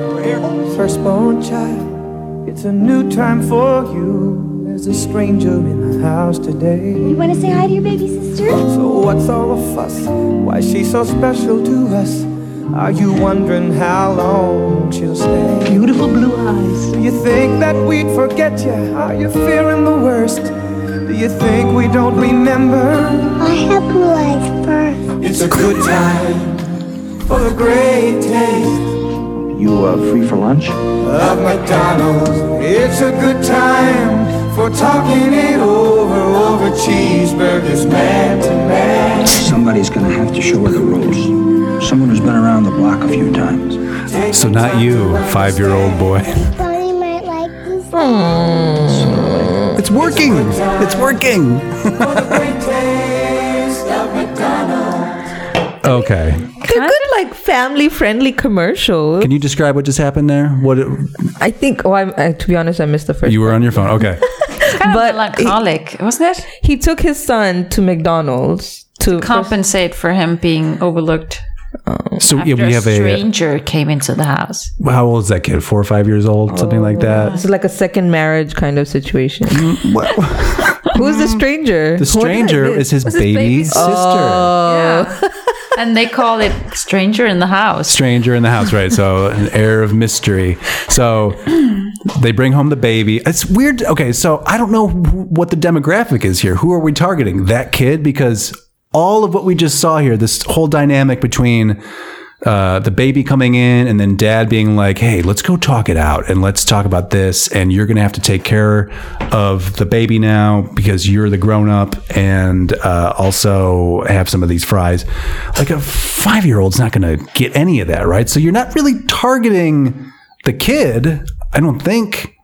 H: Firstborn child, it's a new time for you. There's a stranger in the house today.
I: You want to say hi to your baby sister?
H: So what's all the fuss? Why she's so special to us? Are you wondering how long she'll stay? Beautiful blue eyes. Do you think that we'd forget you? Are you fearing the worst? Do you think we don't remember?
I: I have blue eyes first.
H: It's a good time for a great taste
J: You uh, free for lunch?
H: of McDonald's. It's a good time for talking it over over cheeseburgers, man to man.
J: Somebody's gonna have to show her the ropes. Someone who's been around the block a few times.
A: So not you, five-year-old boy.
I: Bonnie might like this.
A: It's working. It's working.
H: Great taste of McDonald's.
A: Okay.
E: They're good, like family-friendly commercial.
A: Can you describe what just happened there? What it,
E: I think. Oh, I'm, uh, to be honest, I missed the first.
A: you were on your phone? Okay.
D: Kind
E: But-
D: of melancholic, wasn't it?
E: he took his son to McDonald's to
D: Compensate for him being overlooked.
A: So yeah,
D: after
A: we have
D: a
A: a uh,
D: stranger came into the house.
A: how old is that kid? Four or five years old, something like that.
E: It's like a second marriage kind of situation.
A: Well,
E: Who's the stranger?
A: the stranger is his baby, sister.
D: Yeah. and they call it stranger in the house.
A: Stranger in the house, right? So an air of mystery. So they bring home the baby. It's weird. Okay, so I don't know wh- what the demographic is here. Who are we targeting? That kid? Because all of what we just saw here, this whole dynamic between uh, the baby coming in and then dad being like, hey, let's go talk it out and let's talk about this. And you're going to have to take care of the baby now because you're the grown up and uh, also have some of these fries. Like a five year old's not going to get any of that, right? So you're not really targeting the kid, I don't think.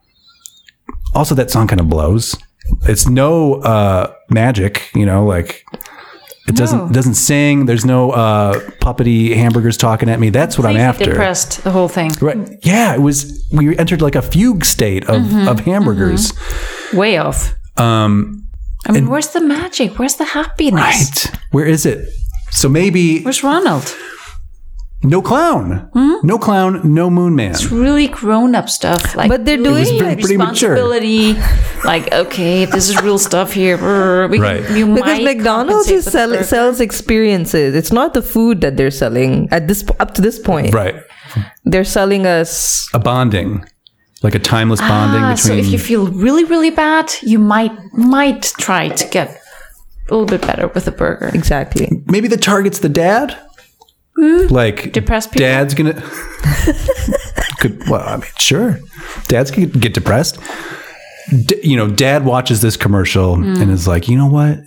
A: Also, that song kind of blows. It's no uh, magic, you know, like it doesn't doesn't sing. There's no uh, puppety hamburgers talking at me. That's what I'm after.
D: Depressed the whole thing.
A: Right? Yeah, it was. We entered like a fugue state of
D: Mm-hmm.
A: of hamburgers.
D: Way off.
A: Um,
D: I mean, where's the magic? Where's the happiness?
A: right. Where is it? So maybe
D: Where's Ronald?
A: no clown,
D: Hmm?
A: no clown, no moon man.
D: Really grown up stuff. Like
E: But they're
D: really
E: doing
A: pretty-
E: like,
A: pretty mature.
D: responsibility. like, okay, if this is real stuff here, brr, we,
A: Right.
D: you
E: because
D: might
E: McDonald's
D: compensate
E: is
D: with
E: sell,
D: burger.
E: sells experiences. It's not the food that they're selling at this up to this point.
A: Right.
E: They're selling us
A: A bonding. like a timeless bonding
D: Ah, so
A: between.
D: if you feel really, really bad, you might might try to get a little bit better with a burger.
E: Exactly.
A: maybe the target's the dad. Like
D: Mm. Depressed people.
A: dad's gonna. could well, I mean, sure, dad's gonna get depressed. D- you know, dad watches this commercial
D: Mm.
A: and is like, you know what?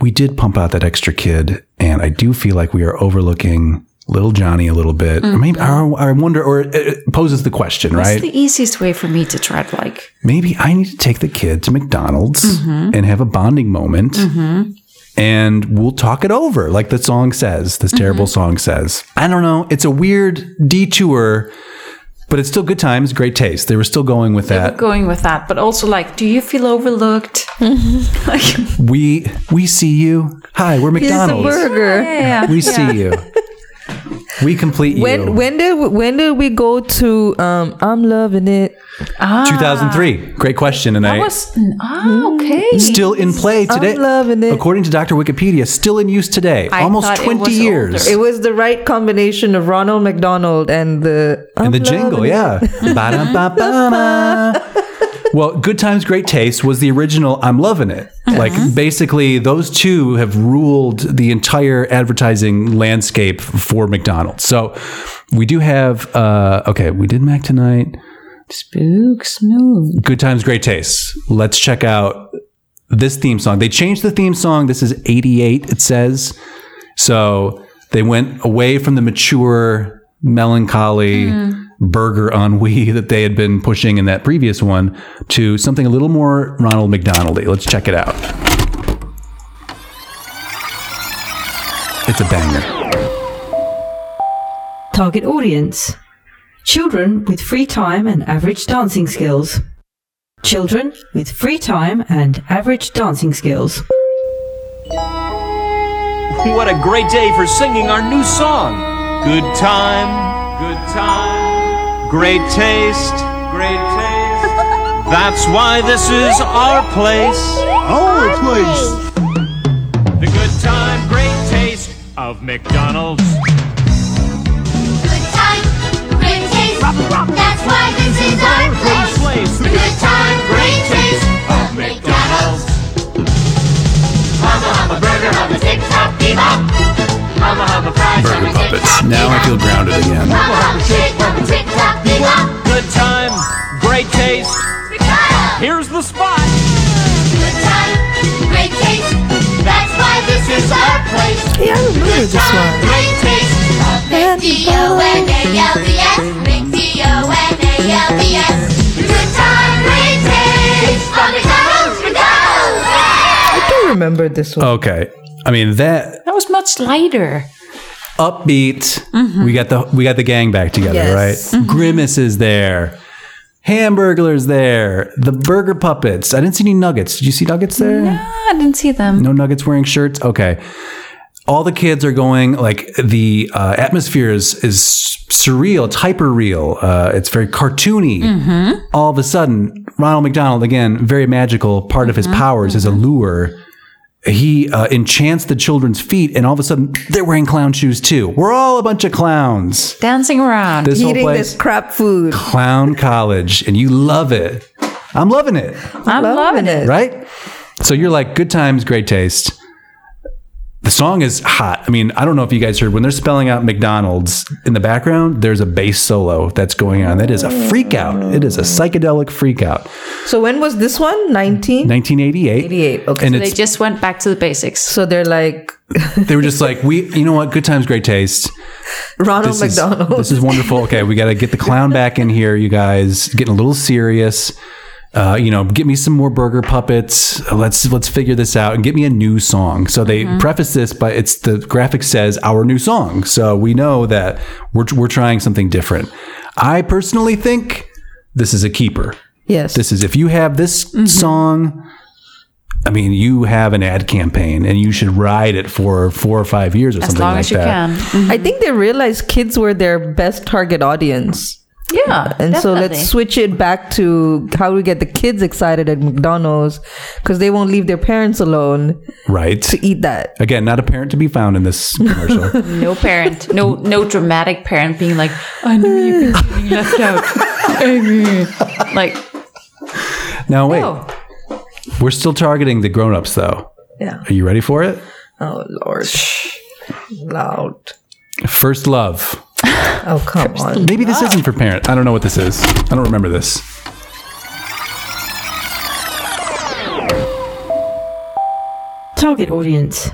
A: We did pump out that extra kid, and I do feel like we are overlooking little Johnny a little bit. Or maybe
D: Mm-hmm.
A: I, I wonder, or it- it poses the question,
D: What's
A: right?
D: the easiest way for me to try to like?
A: maybe I need to take the kid to McDonald's and have a bonding moment. And we'll talk it over, like the song says, this terrible song says. I don't know. It's a weird detour, but it's still good times, great taste. They were still going with that.
D: Going with that, but also like, do you feel overlooked? like,
A: We we see you. Hi, we're McDonald's.
E: burger.
D: yeah,
A: We see you. We complete you.
E: When when did when did we go to um I'm loving it?
A: 2003. Great question, and
D: that
A: I
D: was
E: Mm.
D: ah okay.
A: still in play today.
E: loving it.
A: According to Dr. Wikipedia, still in use today.
D: I
A: almost
D: thought it
A: 20
D: was
A: years.
D: older.
E: It was the right combination of Ronald McDonald and the
A: and the
E: I'm
A: jingle,
E: loving it.
A: yeah. Ba-da-ba-ba-ba. well, Good Times, Great Taste was the original I'm Loving It. Like, basically, those two have ruled the entire advertising landscape for McDonald's. So we do have, uh, okay, we did Mac Tonight.
D: Spooks mood.
A: Good Times, Great Taste. Let's check out this theme song. They changed the theme song. This is 88, it says. So they went away from the mature, melancholy burger ennui that they had been pushing in that previous one to something a little more Ronald McDonald y. Let's check it out. It's a banger.
F: Target audience Children with free time and average dancing skills. Children with free time and average dancing skills.
K: What a great day for singing our new song. Good time, good time, great taste, great taste. That's why this is our place. Our place. The good time, great taste of McDonald's.
G: Good time, great taste. That's why this is our place.
K: place.
G: The good time, great taste of McDonald's.
K: McDonald's.
G: Humma humma burger, humma zip top bebop. Humma humma fries, humma
A: Burger
G: zip
A: puppets.
G: top
A: Now I feel grounded again.
G: Humma humma shake, humma zip top bebop.
K: Good time, great taste.
G: McDonald's.
K: Here's the spot.
G: Good time, great taste. That's why this is our place.
E: Yeah, I remember
G: Good
E: this
G: time,
E: one.
G: great taste. M-C-O-N-A-L-D-S. M-C-O-N-A-L-D-S. Good time, great taste. From McDonald's, McDonald's.
E: I do remember this one.
A: Okay. I mean, that
D: That was much lighter.
A: upbeat. We got the we got the gang back together, right?
E: Yes.
A: Grimace is there. Hamburglar's there. The burger puppets. I didn't see any nuggets. Did you see nuggets there?
D: Ah, I didn't see them.
A: No nuggets wearing shirts. Okay. All the kids are going like the uh, atmosphere is is surreal. It's hyper real. Uh, it's very cartoony.
E: Mm-hmm.
A: All of a sudden, Ronald McDonald again, very magical. Part of his
E: Mm-hmm.
A: powers, his allure. He uh, enchants the children's feet, and all of a sudden, they're wearing clown shoes too. We're all a bunch of clowns.
D: Dancing around.
A: This whole
E: Eating
A: place,
E: this crap food.
A: clown college, and you love it. I'm loving it
D: I'm loving it.
A: right? So you're like, good times, great taste. The song is hot. I mean, I don't know if you guys heard when they're spelling out McDonald's in the background, there's a bass solo that's going on. That is a freak out. It is a psychedelic freak out.
E: So when was this one? 19?
A: 1988.
E: 88. Okay.
A: And
E: so,
D: They
A: it's,
D: just went back to the basics.
E: so they're like
A: they were just like, we, you know what? Good times, great taste.
E: Ronald
A: This is,
E: McDonald.
A: this is wonderful. Okay, we got to get the clown back in here, you guys. Getting a little serious. Uh, you know, get me some more burger puppets. Uh, Let's let's figure this out and get me a new song. So they
D: Mm-hmm.
A: preface this by it's the graphic says our new song. So we know that we're we're trying something different. I personally think this is a keeper.
E: yes.
A: This is if you have this
D: Mm-hmm.
A: song, I mean, you have an ad campaign and you should ride it for four or five years or
D: As
A: something
D: long
A: like
D: as you
A: that.
D: can.
E: I think they realized kids were their best target audience.
D: Yeah.
E: And so
D: definitely.
E: let's switch it back to how do we get the kids excited at McDonald's because they won't leave their parents alone
A: Right.
E: to eat that.
A: Again, not a parent to be found in this commercial.
D: No parent, no no dramatic parent being like, I knew you've been getting left out. Amy." like, oh.
A: now wait,
D: No.
A: we're still targeting the grown-ups though.
E: Yeah.
A: Are you ready for it?
E: Oh Lord. Loud.
A: First love.
E: Oh come on.
A: Maybe this isn't for parent. I don't know what this is. I don't remember this.
F: Target audience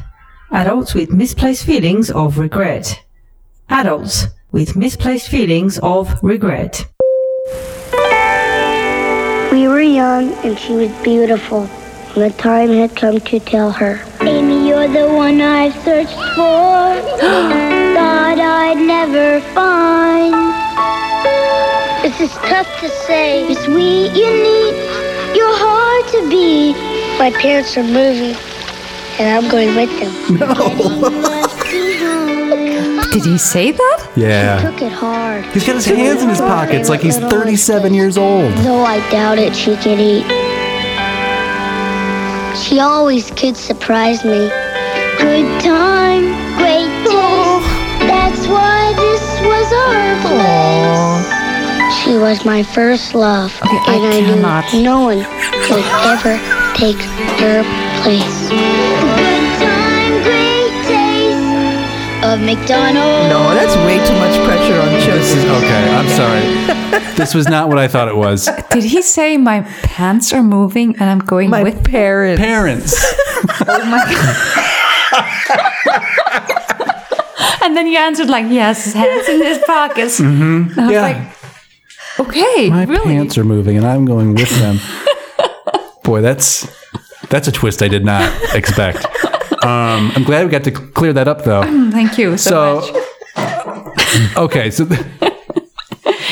F: adults with misplaced feelings of regret. Adults with misplaced feelings of regret.
I: We were young and she was beautiful. And the time had come to tell her. Amy, you're the one I've searched for. thought I'd never find. This is tough to say. You're sweet, you need, you're hard to be. My parents are moving, and I'm going with them.
D: did he say that?
A: Yeah.
I: Took it hard.
A: He's got his hands in his pockets like he's 37 years old.
I: Though I doubt it, she could eat. She always could surprise me. Good time, great
D: Oh.
I: taste. That's why this was our place. She was my first love,
D: I
I: and I,
D: cannot.
I: knew no one could ever take her place. Good time, great taste of McDonald's.
E: No, Oh, that's way too much pressure on children.
A: This is okay. I'm sorry. This was not what I thought it was.
D: Did he say my pants are moving and I'm going
E: My
D: with?
E: parents.
A: Parents.
E: Oh my god.
D: And then you answered like, yes, his hands in his pockets. And I was
A: Yeah.
D: like, okay,
A: Mm. My
D: really?
A: pants are moving and I'm going with them. Boy, that's that's a twist I did not expect. Um, I'm glad we got to c- clear that up though.
D: Mm, Thank you so, much.
A: So Okay, so th-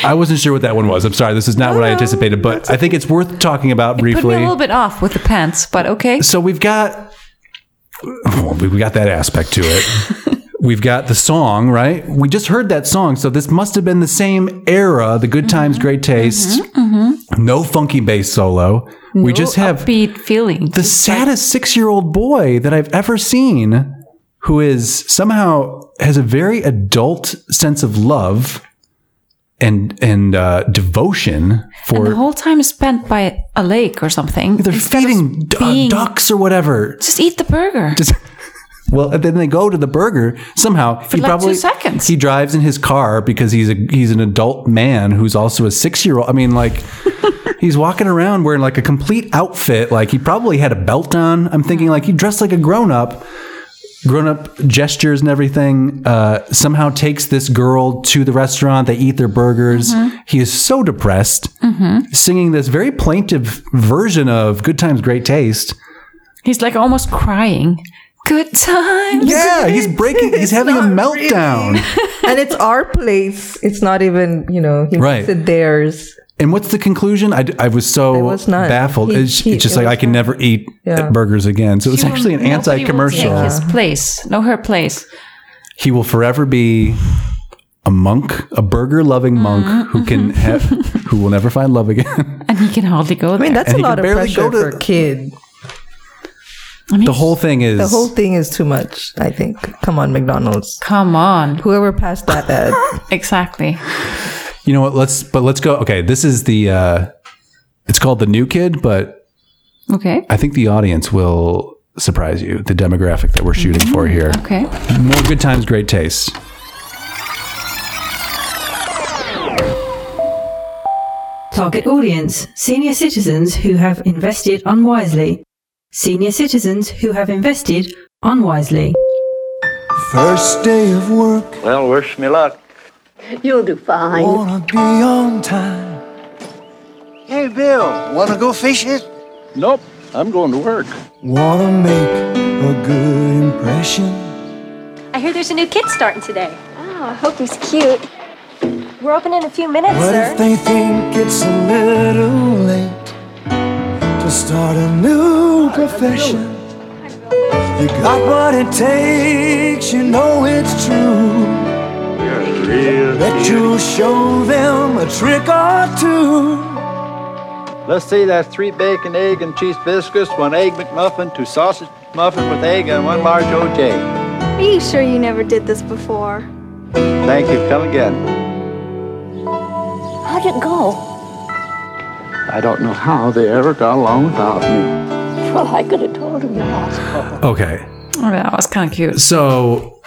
A: I wasn't sure what that one was. I'm sorry. This is not what I anticipated, but I think it's worth talking about
D: Put me a
A: briefly.
D: little bit off with the pants, but okay.
A: So we've got well, we've got that aspect to it. we've got the song, right? We just heard that song, so this must have been the same era, the good
D: Mm-hmm,
A: times, great taste. No funky bass solo. we
D: No uh,
A: just have
D: upbeat feeling.
A: the saddest 6-year-old boy that I've ever seen who is somehow has a very adult sense of love and and uh, devotion
D: and the
A: for
D: whole time is spent by a lake or something.
A: they're
D: Instead of
A: feeding d- uh,
D: being-
A: ducks or whatever.
D: Just eat the burger.
A: Just- Well, and then they go to the burger somehow. he
D: like,
A: probably
D: two seconds.
A: he drives in his car because he's a he's an adult man who's also a six year old. I mean, like he's walking around wearing like a complete outfit. Like he probably had a belt on. I'm
D: Hmm.
A: thinking like he dressed like a grown up, grown up gestures and everything. Uh, somehow takes this girl to the restaurant. They eat their burgers.
D: Mm-hmm.
A: He is so depressed, singing this very plaintive version of "Good Times, Great Taste."
D: He's like almost crying. Good times.
A: Yeah, he's breaking. He's having a meltdown.
E: and it's our place. It's not even, you know, he
A: Right.
E: makes it theirs.
A: And what's the conclusion? I, I was so
E: There was none.
A: baffled.
E: He-
A: it's,
E: he-
A: it's just like
E: it was
A: I can never eat
E: Yeah.
A: burgers again. So it's actually an
D: Nobody will
A: anti-commercial.
D: Take his place. No, her place.
A: He will forever be a monk, a burger-loving
D: Mm-hmm.
A: monk who can have, who will never find love again.
D: And he can hardly go
E: I
D: there.
E: mean, that's
A: And
E: a
A: he can
E: lot of
A: barely go
E: pressure
A: to-
E: for a kid.
A: the whole thing is
E: The whole thing is too much, I think. Come on, McDonald's.
D: Come on.
E: Whoever passed that ad.
D: Exactly.
A: You know what? Let's but let's go. Okay, this is the. uh It's called the new kid, but
D: Okay.
A: I think the audience will surprise you. The demographic that we're shooting
D: Mm-hmm.
A: for here.
D: Okay.
A: More good times, great taste.
F: Target audience senior citizens who have invested unwisely. Senior citizens who have invested unwisely.
B: First day of work,
L: Well, wish me luck.
I: You'll do fine.
B: wanna be on time.
L: Hey, Bill.
B: Wanna go fishing?
L: Nope, I'm going to work.
B: Wanna make a good impression.
M: I hear there's a new kid starting today. Oh, I hope he's cute. We're open in a few minutes,
B: What
M: sir.
B: if they think it's a little late to start a new profession? You got what it takes, you know it's true.
L: You're real
B: Bet you'll show them a trick or two.
L: Let's see that three bacon, egg, and cheese biscuits, one egg McMuffin, two sausage muffin with egg, and one large OJ.
M: Are you sure you never did this before?
L: Thank you. Come again.
M: How'd it go?
L: I don't know how they ever got along without me.
M: Well, I could have told him that.
A: Okay.
D: Oh, that was kind of cute.
A: So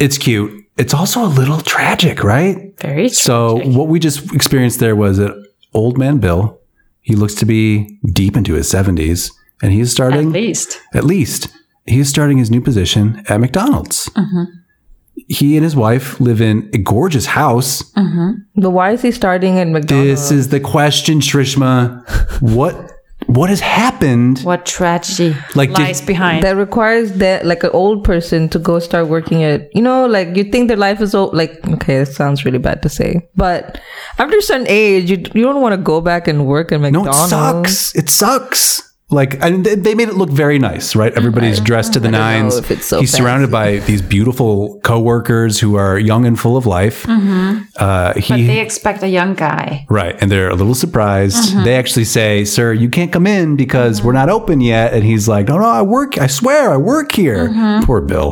A: it's cute. It's also a little tragic, right?
D: Very
A: So what we just experienced there was that old man Bill, he looks to be deep into his 70s and he's starting
D: At least.
A: at least he's starting his new position at McDonald's.
D: Mm-hmm.
A: He and his wife live in a gorgeous house.
E: But why is he starting at McDonald's?
A: This is the question, Shrishma. What what has happened?
D: What tragedy
A: Like, did-
E: that requires that like an old person to go start working at you know like you think their life is old like okay that sounds really bad to say but after a certain age you, you don't want to go back and work at
A: No, it
E: McDonald's
A: sucks. It sucks. Like, and they- they made it look very nice, right? Everybody's dressed to the nines.
E: if it's so
A: He's surrounded by these beautiful coworkers who are young and full of life.
D: Mm-hmm.
A: Uh,
D: But
A: he
D: they expect a young guy.
A: right, and they're a little surprised.
D: Mhm.
A: They actually say, "Sir, you can't come in
D: Mm-hmm.
A: because we're not open yet." And he's like, "No, no, I work. I swear, I work here."
D: Mhm.
A: Poor Bill.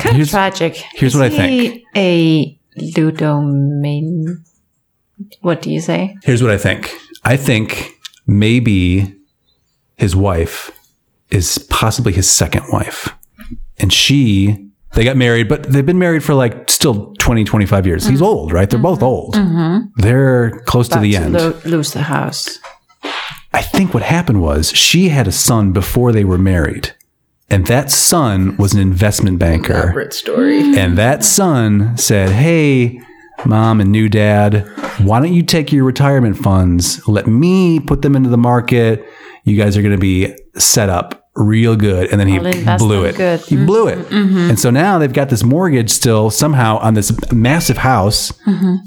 D: Kind of tragic.
A: here's
D: Is
A: what I
D: he
A: think.
D: A ludoman. What do you say?
A: Here's what I think. I think maybe his wife is possibly his second wife. And she, they got married, but they've been married for like still 20, 25 years. He's old, right? They're both old.
D: Mm-hmm.
A: They're close to the end.
D: lose the house.
A: I think what happened was she had a son before they were married. And that son was an investment banker.
E: story.
A: And that son said, Hey, mom and new dad, why don't you take your retirement funds? Let me put them into the market. You guys are going to be set up real good. And then he
D: I'll invest
A: blew
D: them
A: it.
D: good.
A: He blew it.
D: mhm.
A: And so now they've got this mortgage still somehow on this massive house.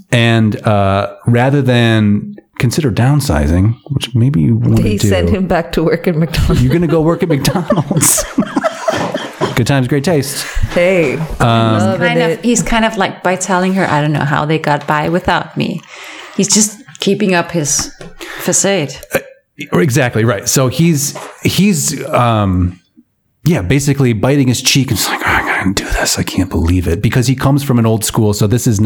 A: And uh, rather than consider downsizing, which maybe you want
E: they
A: to do,
E: sent him back to work at McDonald's
A: you're going to go work at McDonald's. good times, great taste.
E: hey
A: Um,
D: kind of, he's kind of like by telling her, I don't know how they got by without me. He's just keeping up his facade.
A: Exactly right. So he's he's um yeah, basically biting his cheek and just like, oh, I gotta do this. I can't believe it because he comes from an old school. So this is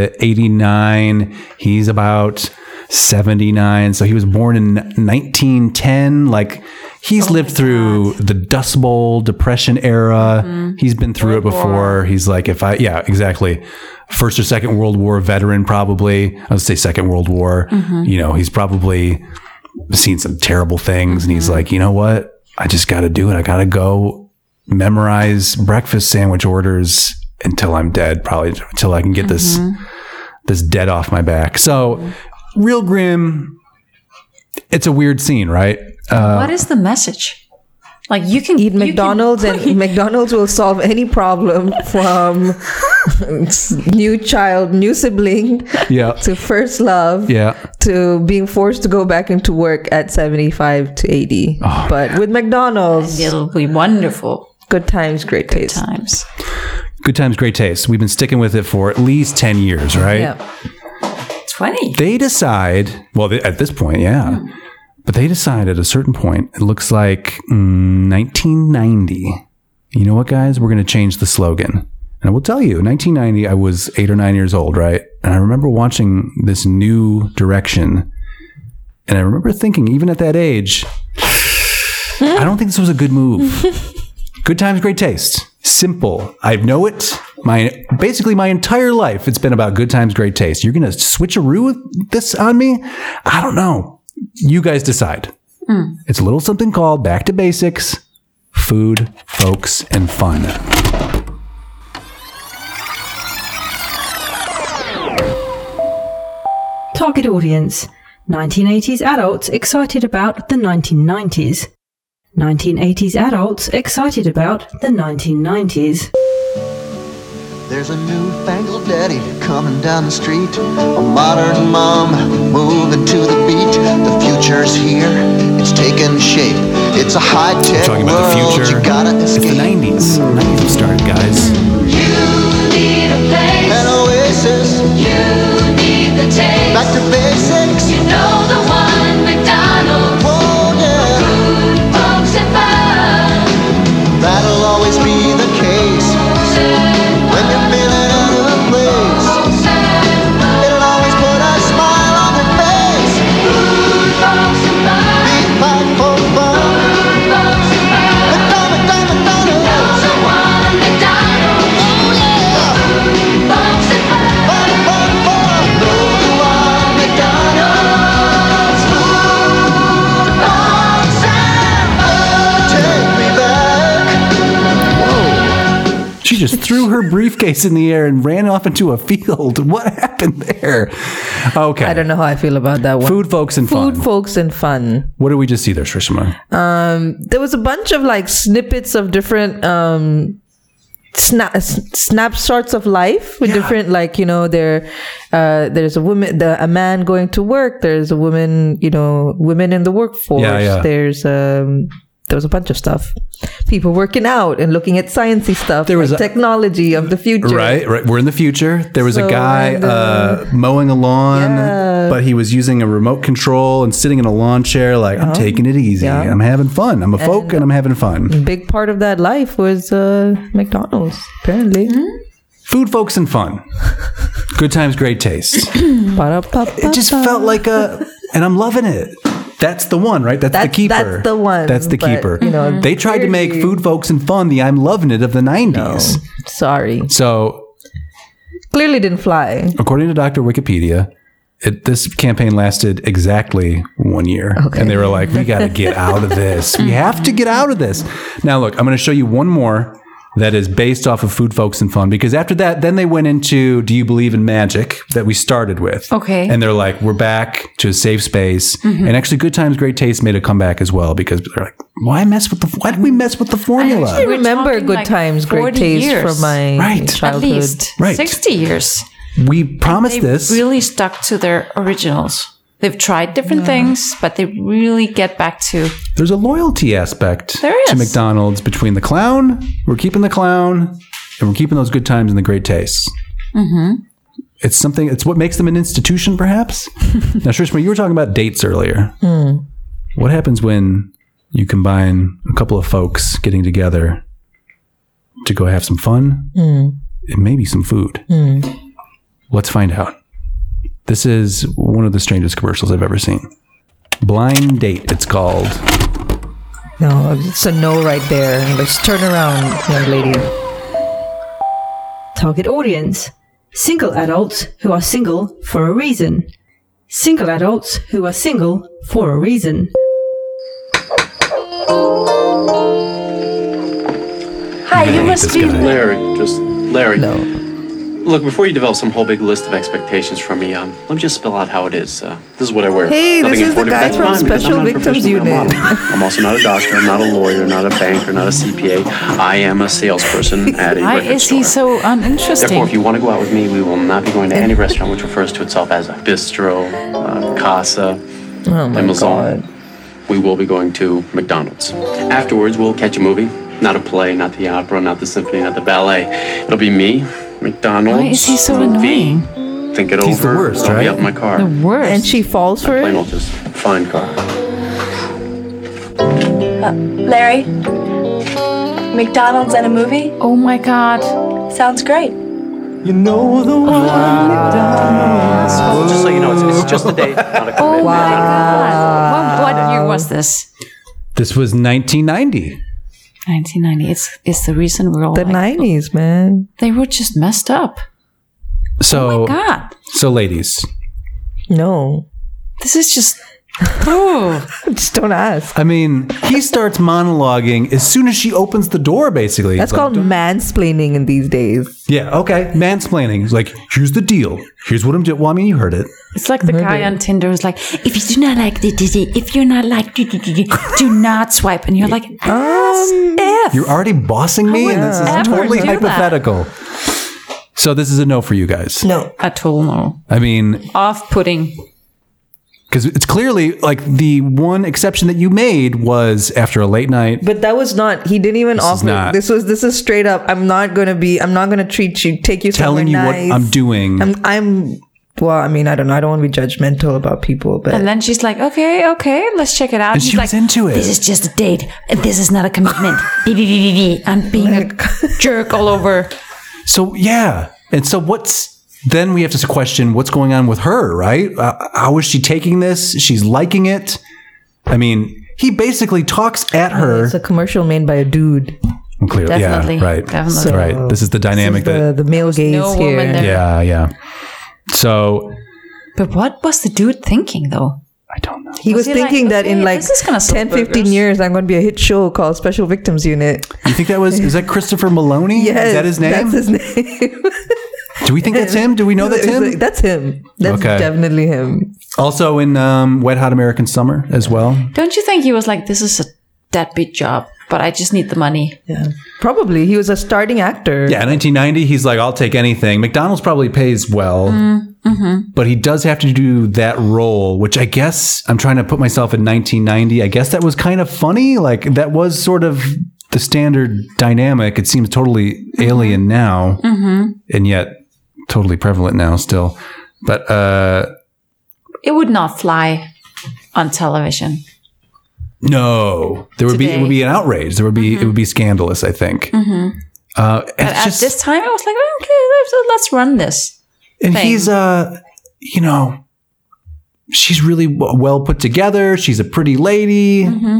A: 1989. He's about 79. So he was born in 1910. Like he's lived through the Dust Bowl, Depression era. He's been through it before. He's like, if I, yeah, exactly. First or second World War veteran, probably. I would say second World War.
B: Mhm.
A: You know, he's probably seen some terrible things and he's like, you know what? I just got to do it. I got to go memorize breakfast sandwich orders until I'm dead, probably until I can get
B: Mhm.
A: this this dead off my back. So, real grim. It's a weird scene, right? Uh,
D: what is the message? Like you can
E: eat McDonald's and McDonald's will solve any problem from new child, new sibling
A: Yeah.
E: to first love
A: Yeah.
E: to being forced to go back into work at 75 to 80.
A: Oh,
E: but with McDonald's,
D: it'll be wonderful.
E: Good times, great taste. Good
D: times.
A: Good times, great taste. We've been sticking with it for at least 10 years, right?
E: Yeah.
D: 20.
A: They decide, well, th- at this point, yeah. But they decide at a certain point, it looks like mm, 1990. You know what, guys? We're going to change the slogan. And I will tell you, 1990, I was eight or nine years old, right? And I remember watching this new direction. And I remember thinking, even at that age, I don't think this was a good move. Good times, great taste. Simple. I know it. My basically my entire life, it's been about good times, great taste. You're gonna switcheroo with this on me? I don't know. You guys decide.
E: Hmm.
B: Mm.
A: It's a little something called back to basics, food, folks, and fun.
F: Target audience 1980s adults excited about the 1990s. 1980s adults excited about the 1990s.
N: There's a newfangled daddy coming down the street. A modern mom moving to the beat. The future's here. It's taking shape. It's a high tech
A: Talking
N: world.
A: about the future.
N: You gotta
A: It's the
N: escape.
A: 90s. 90s started, guys.
N: You
A: just threw her briefcase in the air and ran off into a field. What happened there? Okay.
E: I don't know how I feel about that one.
A: Food folks and
E: Food
A: fun.
E: folks and fun.
A: What did we just see there, Shrishima?
E: Um, there was a bunch of like snippets of different um, snap snapshots of life with different like you know there uh, there's a woman the, a man going to work. There's a woman you know women in the workforce.
O: Yeah, yeah.
E: There's um, there was a bunch of stuff. People working out and looking at sciencey stuff. There was technology of the future.
A: Right, right. We're in the future. There was
E: So,
A: a guy
E: and, uh,
A: uh, mowing a lawn, but he was using a remote control and sitting in a lawn chair, like,
E: Uh-huh.
A: I'm taking it easy. I'm having fun. I'm a folk and, I'm having fun.
E: Big part of that life was uh, McDonald's apparently.
A: Food folks and fun. Good times, great taste.
E: it
A: just felt like a, and I'm loving it. That's the one, right? That's, the
E: That's-
A: keeper.
E: that's the one,
A: That's the
E: but,
A: keeper.
E: you know,
A: they tried to make food folks and fun the I'm loving it of the 90s.
E: sorry.
A: So
E: clearly didn't fly.
A: According to Dr. Wikipedia, it, this campaign lasted exactly one year. And they were like, we got to get out of this. We have to get out of this. Now, look, I'm going to show you one more that is based off of Food Folks and Fun because after that, then they went into Do You Believe in Magic that we started with.
D: Okay.
A: And they're like, we're back to a safe space.
D: Mhm.
A: And actually, Good Times, Great Taste made a comeback as well because they're like, why mess with the, why did we mess with the formula?
E: I remember
D: talking
E: good
D: like
E: times, great
D: 40
E: taste
D: years.
E: from my
A: Right. At
E: childhood.
D: At least
A: Right.
D: 60 years.
A: We promised
D: they
A: this.
D: really stuck to their originals. They've tried different things, but they really get back to
A: There's a loyalty aspect
D: There
A: to
D: is.
A: McDonald's between the clown. We're keeping the clown, and we're keeping those good times and the great tastes.
D: Mhm.
A: It's something. It's what makes them an institution, perhaps. now, Shrishma, you were talking about dates earlier.
D: Hmm.
E: Mm.
A: What happens when you combine a couple of folks getting together to go have some fun
D: Hmm.
E: Mm.
A: and maybe some food?
E: Mm.
A: Let's find out. This is one of the strangest commercials I've ever seen. Blind date, it's called.
E: No, it's a no right there. Let's turn around, young lady.
F: Target audience single adults who are single for a reason. Single adults who are single for a reason.
D: Hi,
P: I
D: you
P: hate
D: must
P: this
D: be.
P: guy. Larry. Just Larry. No. Look, before you develop some whole big list of expectations from me, um, let me just spell out how it is. Uh, this is what I wear.
E: Hey, this is the
P: informative.
E: guy
P: That's
E: from
P: fine, because
E: Special
P: I'm not a
E: Victims
P: professional
E: Unit.
P: model. I'm also not a doctor. I'm not a lawyer. Not a banker. Not a CPA. I am a salesperson at a
D: Why
P: record
D: is he so
P: Therefore, if
D: uninteresting?
P: you want to go out with me, we will not be going to any restaurant which refers to itself as a bistro, uh, casa,
E: Oh my
P: Amazon. We will be going to McDonald's. Afterwards, we'll catch a movie. Not a play, not the opera, not the symphony, not the ballet. It'll be me, McDonald's.
D: Why is he so
P: movie.
D: annoying?
P: Think it over.
A: worst,
P: I'll
A: right?
P: be up in my car.
E: The worst. And she falls for
P: Plain
E: it.
P: old, just fine car.
Q: Larry, McDonald's and a movie?
D: Oh my god.
Q: Sounds great.
H: You know the one McDonald's.
P: Just so you know, it's, it's just a date, not a
D: Oh
P: commitment.
D: my god. What, what year was this?
A: This was 1990.
D: 1990. It's, it's the reason we're all.
E: The
D: like-
E: 90s, man.
D: They were just messed up.
A: So,
D: Oh God.
A: so ladies,
E: No.
D: This is just. Oh.
E: just don't ask.
A: I mean, he starts monologuing as soon as she opens the door. Basically,
E: That's
A: He's like,
E: called mansplaining in these days.
A: yeah, okay, mansplaining. He's like, here's the deal. Here's what I'm doing. Well, I mean, you heard it.
D: It's like the guy on Tinder who's like, if you do not like the if you're not like do, do, do, do, do not swipe, and you're like, as if.
A: You're already bossing me,
D: would
A: and this
D: ever
A: is totally
D: do that?
A: hypothetical. So this is a no for you guys.
E: No,
D: at all. No.
A: I mean,
D: Off-putting.
A: because it's clearly like the one exception that you made was after a late night.
E: But that was not. He didn't even
A: This is
E: offer.
A: not-
E: This was. This is straight up. I'm not gonna be. I'm not gonna treat you. Take you
A: Telling you
E: somewhere
A: what
E: nice.
A: I'm doing.
E: I'm. I'm. Well, I mean, I don't know. I don't want to be judgmental about people, but
D: And then she's like, okay, okay, let's check it out.
E: And
D: She's
E: she
D: like,
E: was into it.
D: This is just a date. This is not a commitment. Dee-dee-dee-dee-dee. I'm being a jerk all over.
A: So yeah, and so what's then we have to question what's going on with her, right? Uh, how is she taking this? She's liking it. I mean, he basically talks at her.
E: it's a commercial made by a dude.
A: Clearly,
E: Definitely.
A: yeah, right,
E: Definitely.
A: So- right. This is the dynamic
E: The, the male gaze
D: no
E: here.
D: woman
A: that.
D: there.
A: Yeah, yeah. So
D: But what was the dude thinking, though?
A: I don't know.
E: He was,
D: he like,
E: thinking that in
D: "Okay,
E: like
D: this is gonna sell
E: 10, 15
D: burgers."
E: years, I'm going to be a hit show called Special Victims Unit.
A: You think that was is that Christopher Maloney?
E: Yes,
A: is that his name?
E: That's his name.
A: Do we think that's him? Do we know that's
E: It's
A: him?
E: like, that's him. That's
A: Okay.
E: definitely him.
A: Also in um, Wet Hot American Summer as well.
D: Don't you think he was like, this is a deadbeat job, but I just need the money?
E: Yeah. Probably. He was a starting actor.
A: Yeah, 1990. He's like, I'll take anything. McDonald's probably pays well,
D: Mm-hmm.
A: but he does have to do that role, which I guess I'm trying to put myself in 1990. I guess that was kind of funny. Like that was sort of the standard dynamic. It seems totally alien now.
D: Mm-hmm.
A: and yet totally prevalent now still. But uh
D: It would not fly on television.
A: no, there would be it
D: Today.
A: would be an outrage. There would be it would be scandalous. I think.
D: Mm-hmm.
A: Uh,
D: But
A: it's
D: at
A: just
D: this time, I was like, okay, let's, let's run this.
A: and
D: thing.
A: he's uh you know she's really w- well put together. She's a pretty lady.
D: Mm-hmm.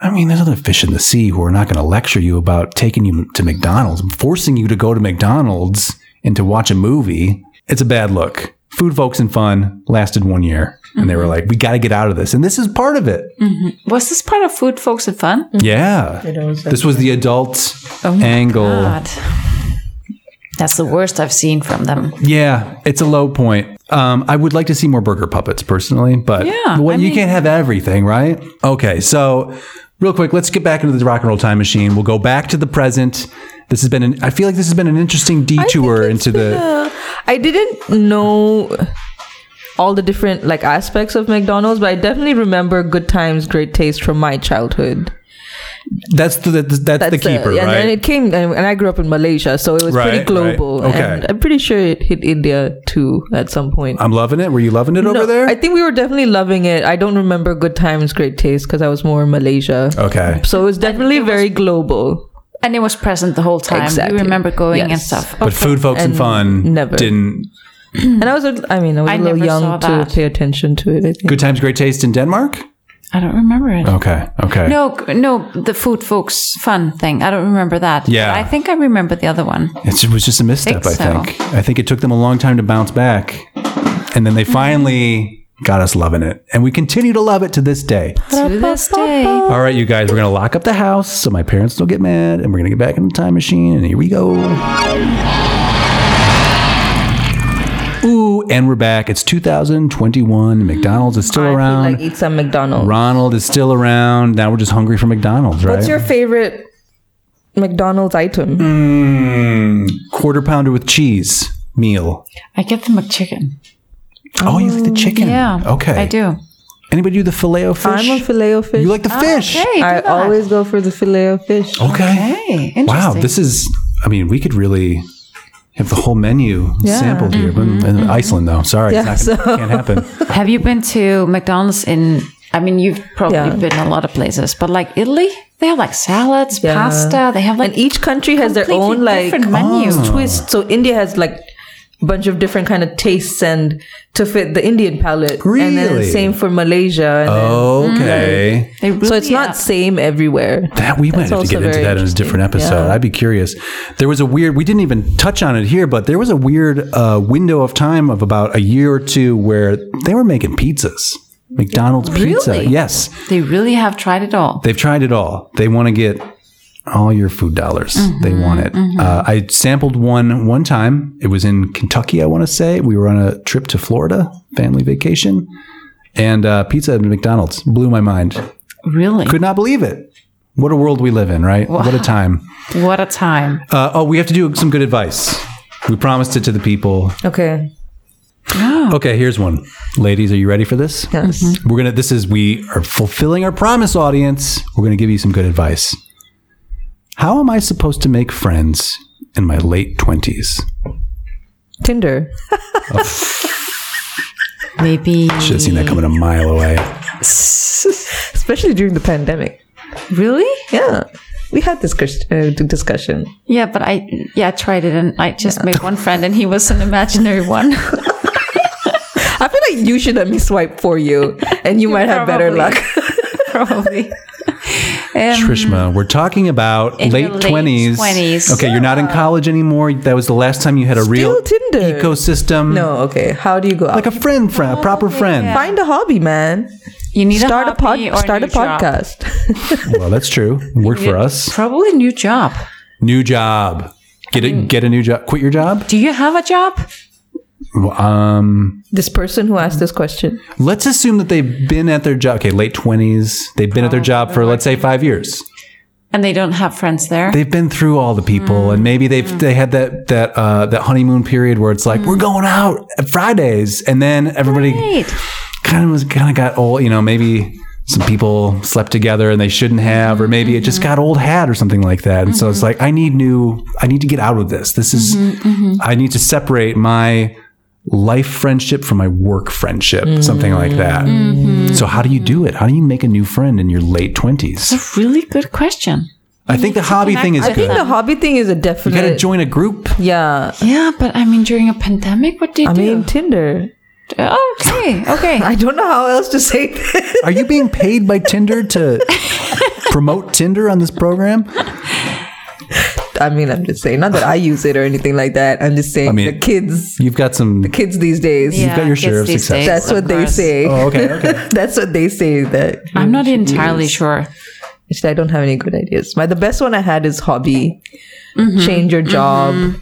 A: I mean, there's other fish in the sea who are not going to lecture you about taking you to McDonald's, forcing you to go to McDonald's and to watch a movie. It's a bad look. Food, folks, and fun lasted one year, and they
D: Mm-hmm.
A: were like, "We got to get out of this," and this is part of it.
D: Mhm. Was this part of Food, Folks, and Fun?
A: Yeah.
E: It was
A: This was the adult
D: Mm-hmm. Oh my
A: angle.
D: God. That's the worst I've seen from them.
A: Yeah, it's a low point. Um, I would like to see more burger puppets personally, but
D: Yeah,
A: what,
D: I
A: you
D: mean-
A: can't have everything, right? Okay, so real quick, let's get back into the rock and roll time machine. We'll go back to the present. This has been an, I feel like this has been an interesting detour into the
E: Uh, I didn't know all the different like aspects of McDonald's, but I definitely remember good times, great taste from my childhood. uh,
A: that's the, that's, the keeper,
E: and
A: right?
E: then it came, and and I grew up in Malaysia, so it was
A: Right,
E: pretty
A: right.
E: global.
A: Okay.
E: and I'm pretty sure it hit India too at some point.
A: I'm loving it. Were you loving it over
E: No,
A: there?
E: I think we were definitely loving it. I don't remember good times, great taste because I was more in Malaysia.
A: Okay.
E: So it was definitely very global.
D: And it was present the whole time.
E: Exactly.
D: You remember going and
E: Yes.
D: stuff.
A: But food, folks, and,
E: And
A: fun
E: never.
A: didn't.
E: and I was, a- I mean, I was
D: Mm-hmm. I
E: a little
D: never saw
E: young to
D: that.
E: pay attention to it. I think.
A: Good times, great taste in Denmark.
D: I don't remember it.
A: Okay, okay.
D: No, g- no, the food folks fun thing. I don't remember that. But
A: Yeah.
D: I think I remember the other one.
A: It's, it was just a misstep, I
D: Think so.
A: think. I think it took them a long time to bounce back. And then they
D: Mm-hmm.
A: finally got us loving it. And we continue to love it to this day.
D: To this day.
A: All right, you guys, we're going to lock up the house so my parents don't get mad. And we're going to get back in the time machine. And here we go. Ooh, and we're back. It's 2021. McDonald's is still around.
E: Like eat some McDonald's.
A: Ronald is still around. Now we're just hungry for McDonald's, right?
E: What's your favorite McDonald's item?
A: Mm, quarter pounder with cheese meal?
D: I get the McChicken.
A: Oh, you like the chicken?
D: Um, Yeah.
A: Okay.
D: I do.
A: Anybody do the filet o fish?
E: I'm a filet o fish.
A: You like the fish?
D: Okay.
E: I always go for the filet o fish.
A: Okay.
D: Hey,
A: Wow,
D: interesting.
A: this is. I mean, we could really have the whole menu
D: Yeah.
A: sampled here, but in Iceland though. Sorry,
D: Yeah,
A: it's not gonna,
D: so- Mm-hmm.
A: can't happen.
D: Have you been to McDonald's in? I mean, you've probably been a lot of places, but like Italy, they have like salads,
E: Yeah.
D: pasta. They have like
E: and each country has their
D: completely
E: own like
D: different menu.
E: oh, twist. So India has like bunch of different kind of tastes and to fit the Indian palate. And then
A: Really? Oh.
E: same for Malaysia. And then-
A: Okay.
E: so it's not same everywhere.
A: That we might
E: That's
A: have to
E: also
A: get into
E: very
A: that in a different episode. I'd be curious. There was a weird. We didn't even touch on it here, but there was a weird uh, window of time of about a year or two where they were making pizzas, McDonald's pizza.
D: Really?
A: Yes,
D: They really have tried it all.
A: They've tried it all. They want to get all your food dollars. They want it. Uh, I sampled one one time. It was in Kentucky, I want to say. We were on a trip to Florida, family vacation, and uh, pizza at McDonald's blew my mind.
D: Really?
A: Could not believe it. What a world we live in, right? What a time.
D: What a time.
A: Uh, oh, we have to do some good advice. We promised it to the people.
E: Okay.
A: Okay, here's one. Ladies, are you ready for this?
E: Yes.
A: We're gonna this is we are fulfilling our promise, audience. We're gonna give you some good advice. How am I supposed to make friends in my late twenties?
E: Tinder.
D: Maybe
A: Should have seen that coming a mile away.
E: Especially during the pandemic.
D: Really?
E: Yeah. We had this cus- uh, discussion.
D: Yeah, but I yeah I tried it and I just made one friend and he was an imaginary one.
E: I feel like you should let me swipe for you and you might have better luck.
D: Probably.
A: Trishma, we're talking about
D: in
A: late
D: your late
A: twenties.
D: 20s.
A: Okay, you're not in college anymore. That was the last time you had a real
E: Tinder.
A: ecosystem.
E: No, okay. How do you go out?
D: Oh,
A: Like a friend, friend, proper friend.
E: Find a hobby, man.
D: You need
E: Start
D: a,
E: a pod-
D: hobby or
E: start a
D: new job.
A: Well, that's true. Work for us.
D: Probably new job.
A: New job. Get a get a new job. Quit your job.
D: Do you have a job?
A: Um,
E: This person who asked this question.
A: let's assume that they've been at their job. Okay, late twenties. They've been at their job for let's say five years.
D: And they don't have friends there.
A: They've been through all the people,
E: Mm.
A: and maybe they've they had that that uh, that honeymoon period where it's
E: Mm.
A: like we're going out at Fridays, and then everybody kind of was kind of got old. You know, maybe some people slept together and they shouldn't have, or maybe it just
E: Mm-hmm.
A: got old hat or something like that. And so it's like I need new. I need to get out of this. This is
E: Mm-hmm,
A: I need to separate my life friendship from my work friendship, something like that.
E: Mm-hmm.
A: So how do you do it? How do you make a new friend in your late twenties?
D: That's a really good question.
A: I think the hobby thing is
E: I
A: good.
E: think the hobby thing is a
A: you
E: definite.
A: got to join a group.
E: yeah.
D: Yeah, but I mean, during a pandemic, what do you
E: I
D: do? Oh,
E: mean, Tinder.
D: okay, okay.
E: I don't know how else to say this.
A: Are you being paid by Tinder to promote Tinder on this program?
E: I mean, I'm just saying, not that I use it or anything like that. I'm just saying
A: I mean,
E: the kids,
A: You've got some.
E: the kids these days.
A: You've got your share of success.
E: That's what they say.
A: Oh, okay, okay.
E: That's what they say. That
D: I'm not
E: you should
D: entirely
E: use.
D: sure.
E: Actually, I don't have any good ideas. My the best one I had is hobby.
D: Mm-hmm.
E: Change your job.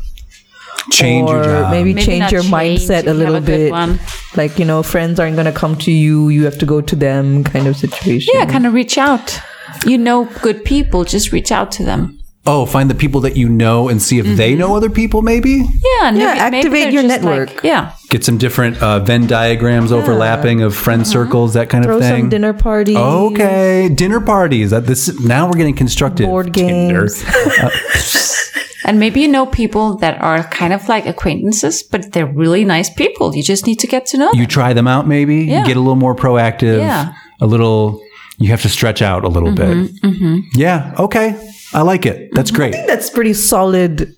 A: Change your
E: or
A: job.
E: Maybe,
D: Maybe
E: change
D: not
E: your
D: change,
E: mindset
D: you
E: a
D: have
E: little
D: a good
E: bit.
D: one.
E: Like you know, friends aren't gonna come to you. You have to go to them, kind of situation.
D: Yeah, kind of reach out. You know, good people, just reach out to them.
A: Oh, find the people that you know and see if they
E: Mm-hmm.
A: know other people. Maybe
D: Yeah, and
E: Yeah,
D: maybe- maybe
E: activate
D: they're
E: your
D: just like-
E: network.
D: yeah,
A: get some different uh, Venn diagrams overlapping of friend circles, that kind
E: Uh-huh. Throw
A: of
E: some
A: thing.
E: dinner parties.
A: okay, dinner parties. That this now we're getting constructive.
E: Board
A: Tinder.
E: games.
D: and maybe you know people that are kind of like acquaintances, but they're really nice people. You just need to get to know. them.
A: You try them out, maybe
D: Yeah.
A: get a little more proactive.
D: Yeah.
A: A little. You have to stretch out a little bit.
E: Mm-hmm,
A: Yeah. Okay. I like it. That's great.
E: That's pretty solid.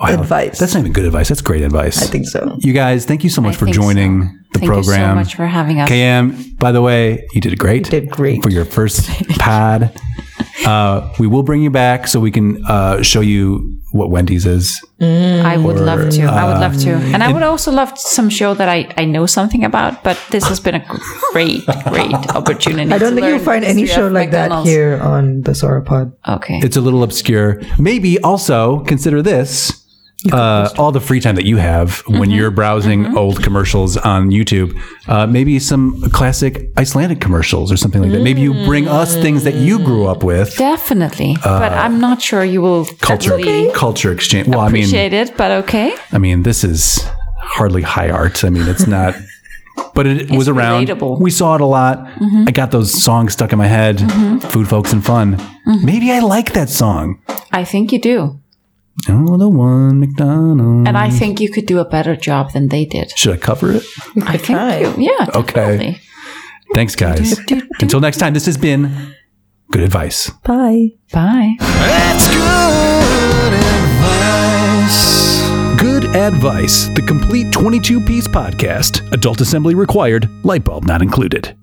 A: Wow,
E: advice.
A: Oh, That's not even good advice. That's great advice.
E: I think so.
A: You guys, thank you so much for
D: think
A: joining the
D: Thank you so
A: program.
D: much for having us.
A: KM, by the way, you did great.
E: You did great.
A: for your first pod. Uh, we will bring you back so we can uh, show you what Wendy's is.
D: I would
A: Or,
D: love to. I would love to. And I
A: it-
D: would also love some show that I, I know something about, but this has been a great, great opportunity.
E: I don't
D: to
E: think you'll
D: learn
E: find
D: the
E: any
D: history
E: show
D: of
E: like
D: McDonald's.
E: that here on the Sauropod.
D: Okay.
A: It's a little obscure. Maybe also consider this. Uh, all the free time that you have when
D: Mm-hmm.
A: you're browsing old commercials on YouTube, uh, maybe some classic Icelandic commercials or something like that. Maybe you bring us things that you grew up with.
D: Definitely. but
E: uh,
D: I'm not sure you will
A: culture
D: really
A: culture exchange. Well, I mean,
D: appreciate it, but okay.
A: I mean, this is hardly high art. I mean, it's not, but it was around.
D: relatable.
A: We saw it a lot. I got those songs stuck in my head. Food, folks, and fun. Maybe I like that song.
D: I think you do.
A: Oh, the one McDonald's.
D: And I think you could do a better job than they did.
A: Should I cover it?
D: I think you. Yeah.
A: Okay.
D: definitely.
A: Thanks, guys. Until next time, this has been good advice.
E: Bye.
D: Bye.
B: That's good advice.
A: Good Advice, the complete 22 piece podcast. Adult assembly required, light bulb not included.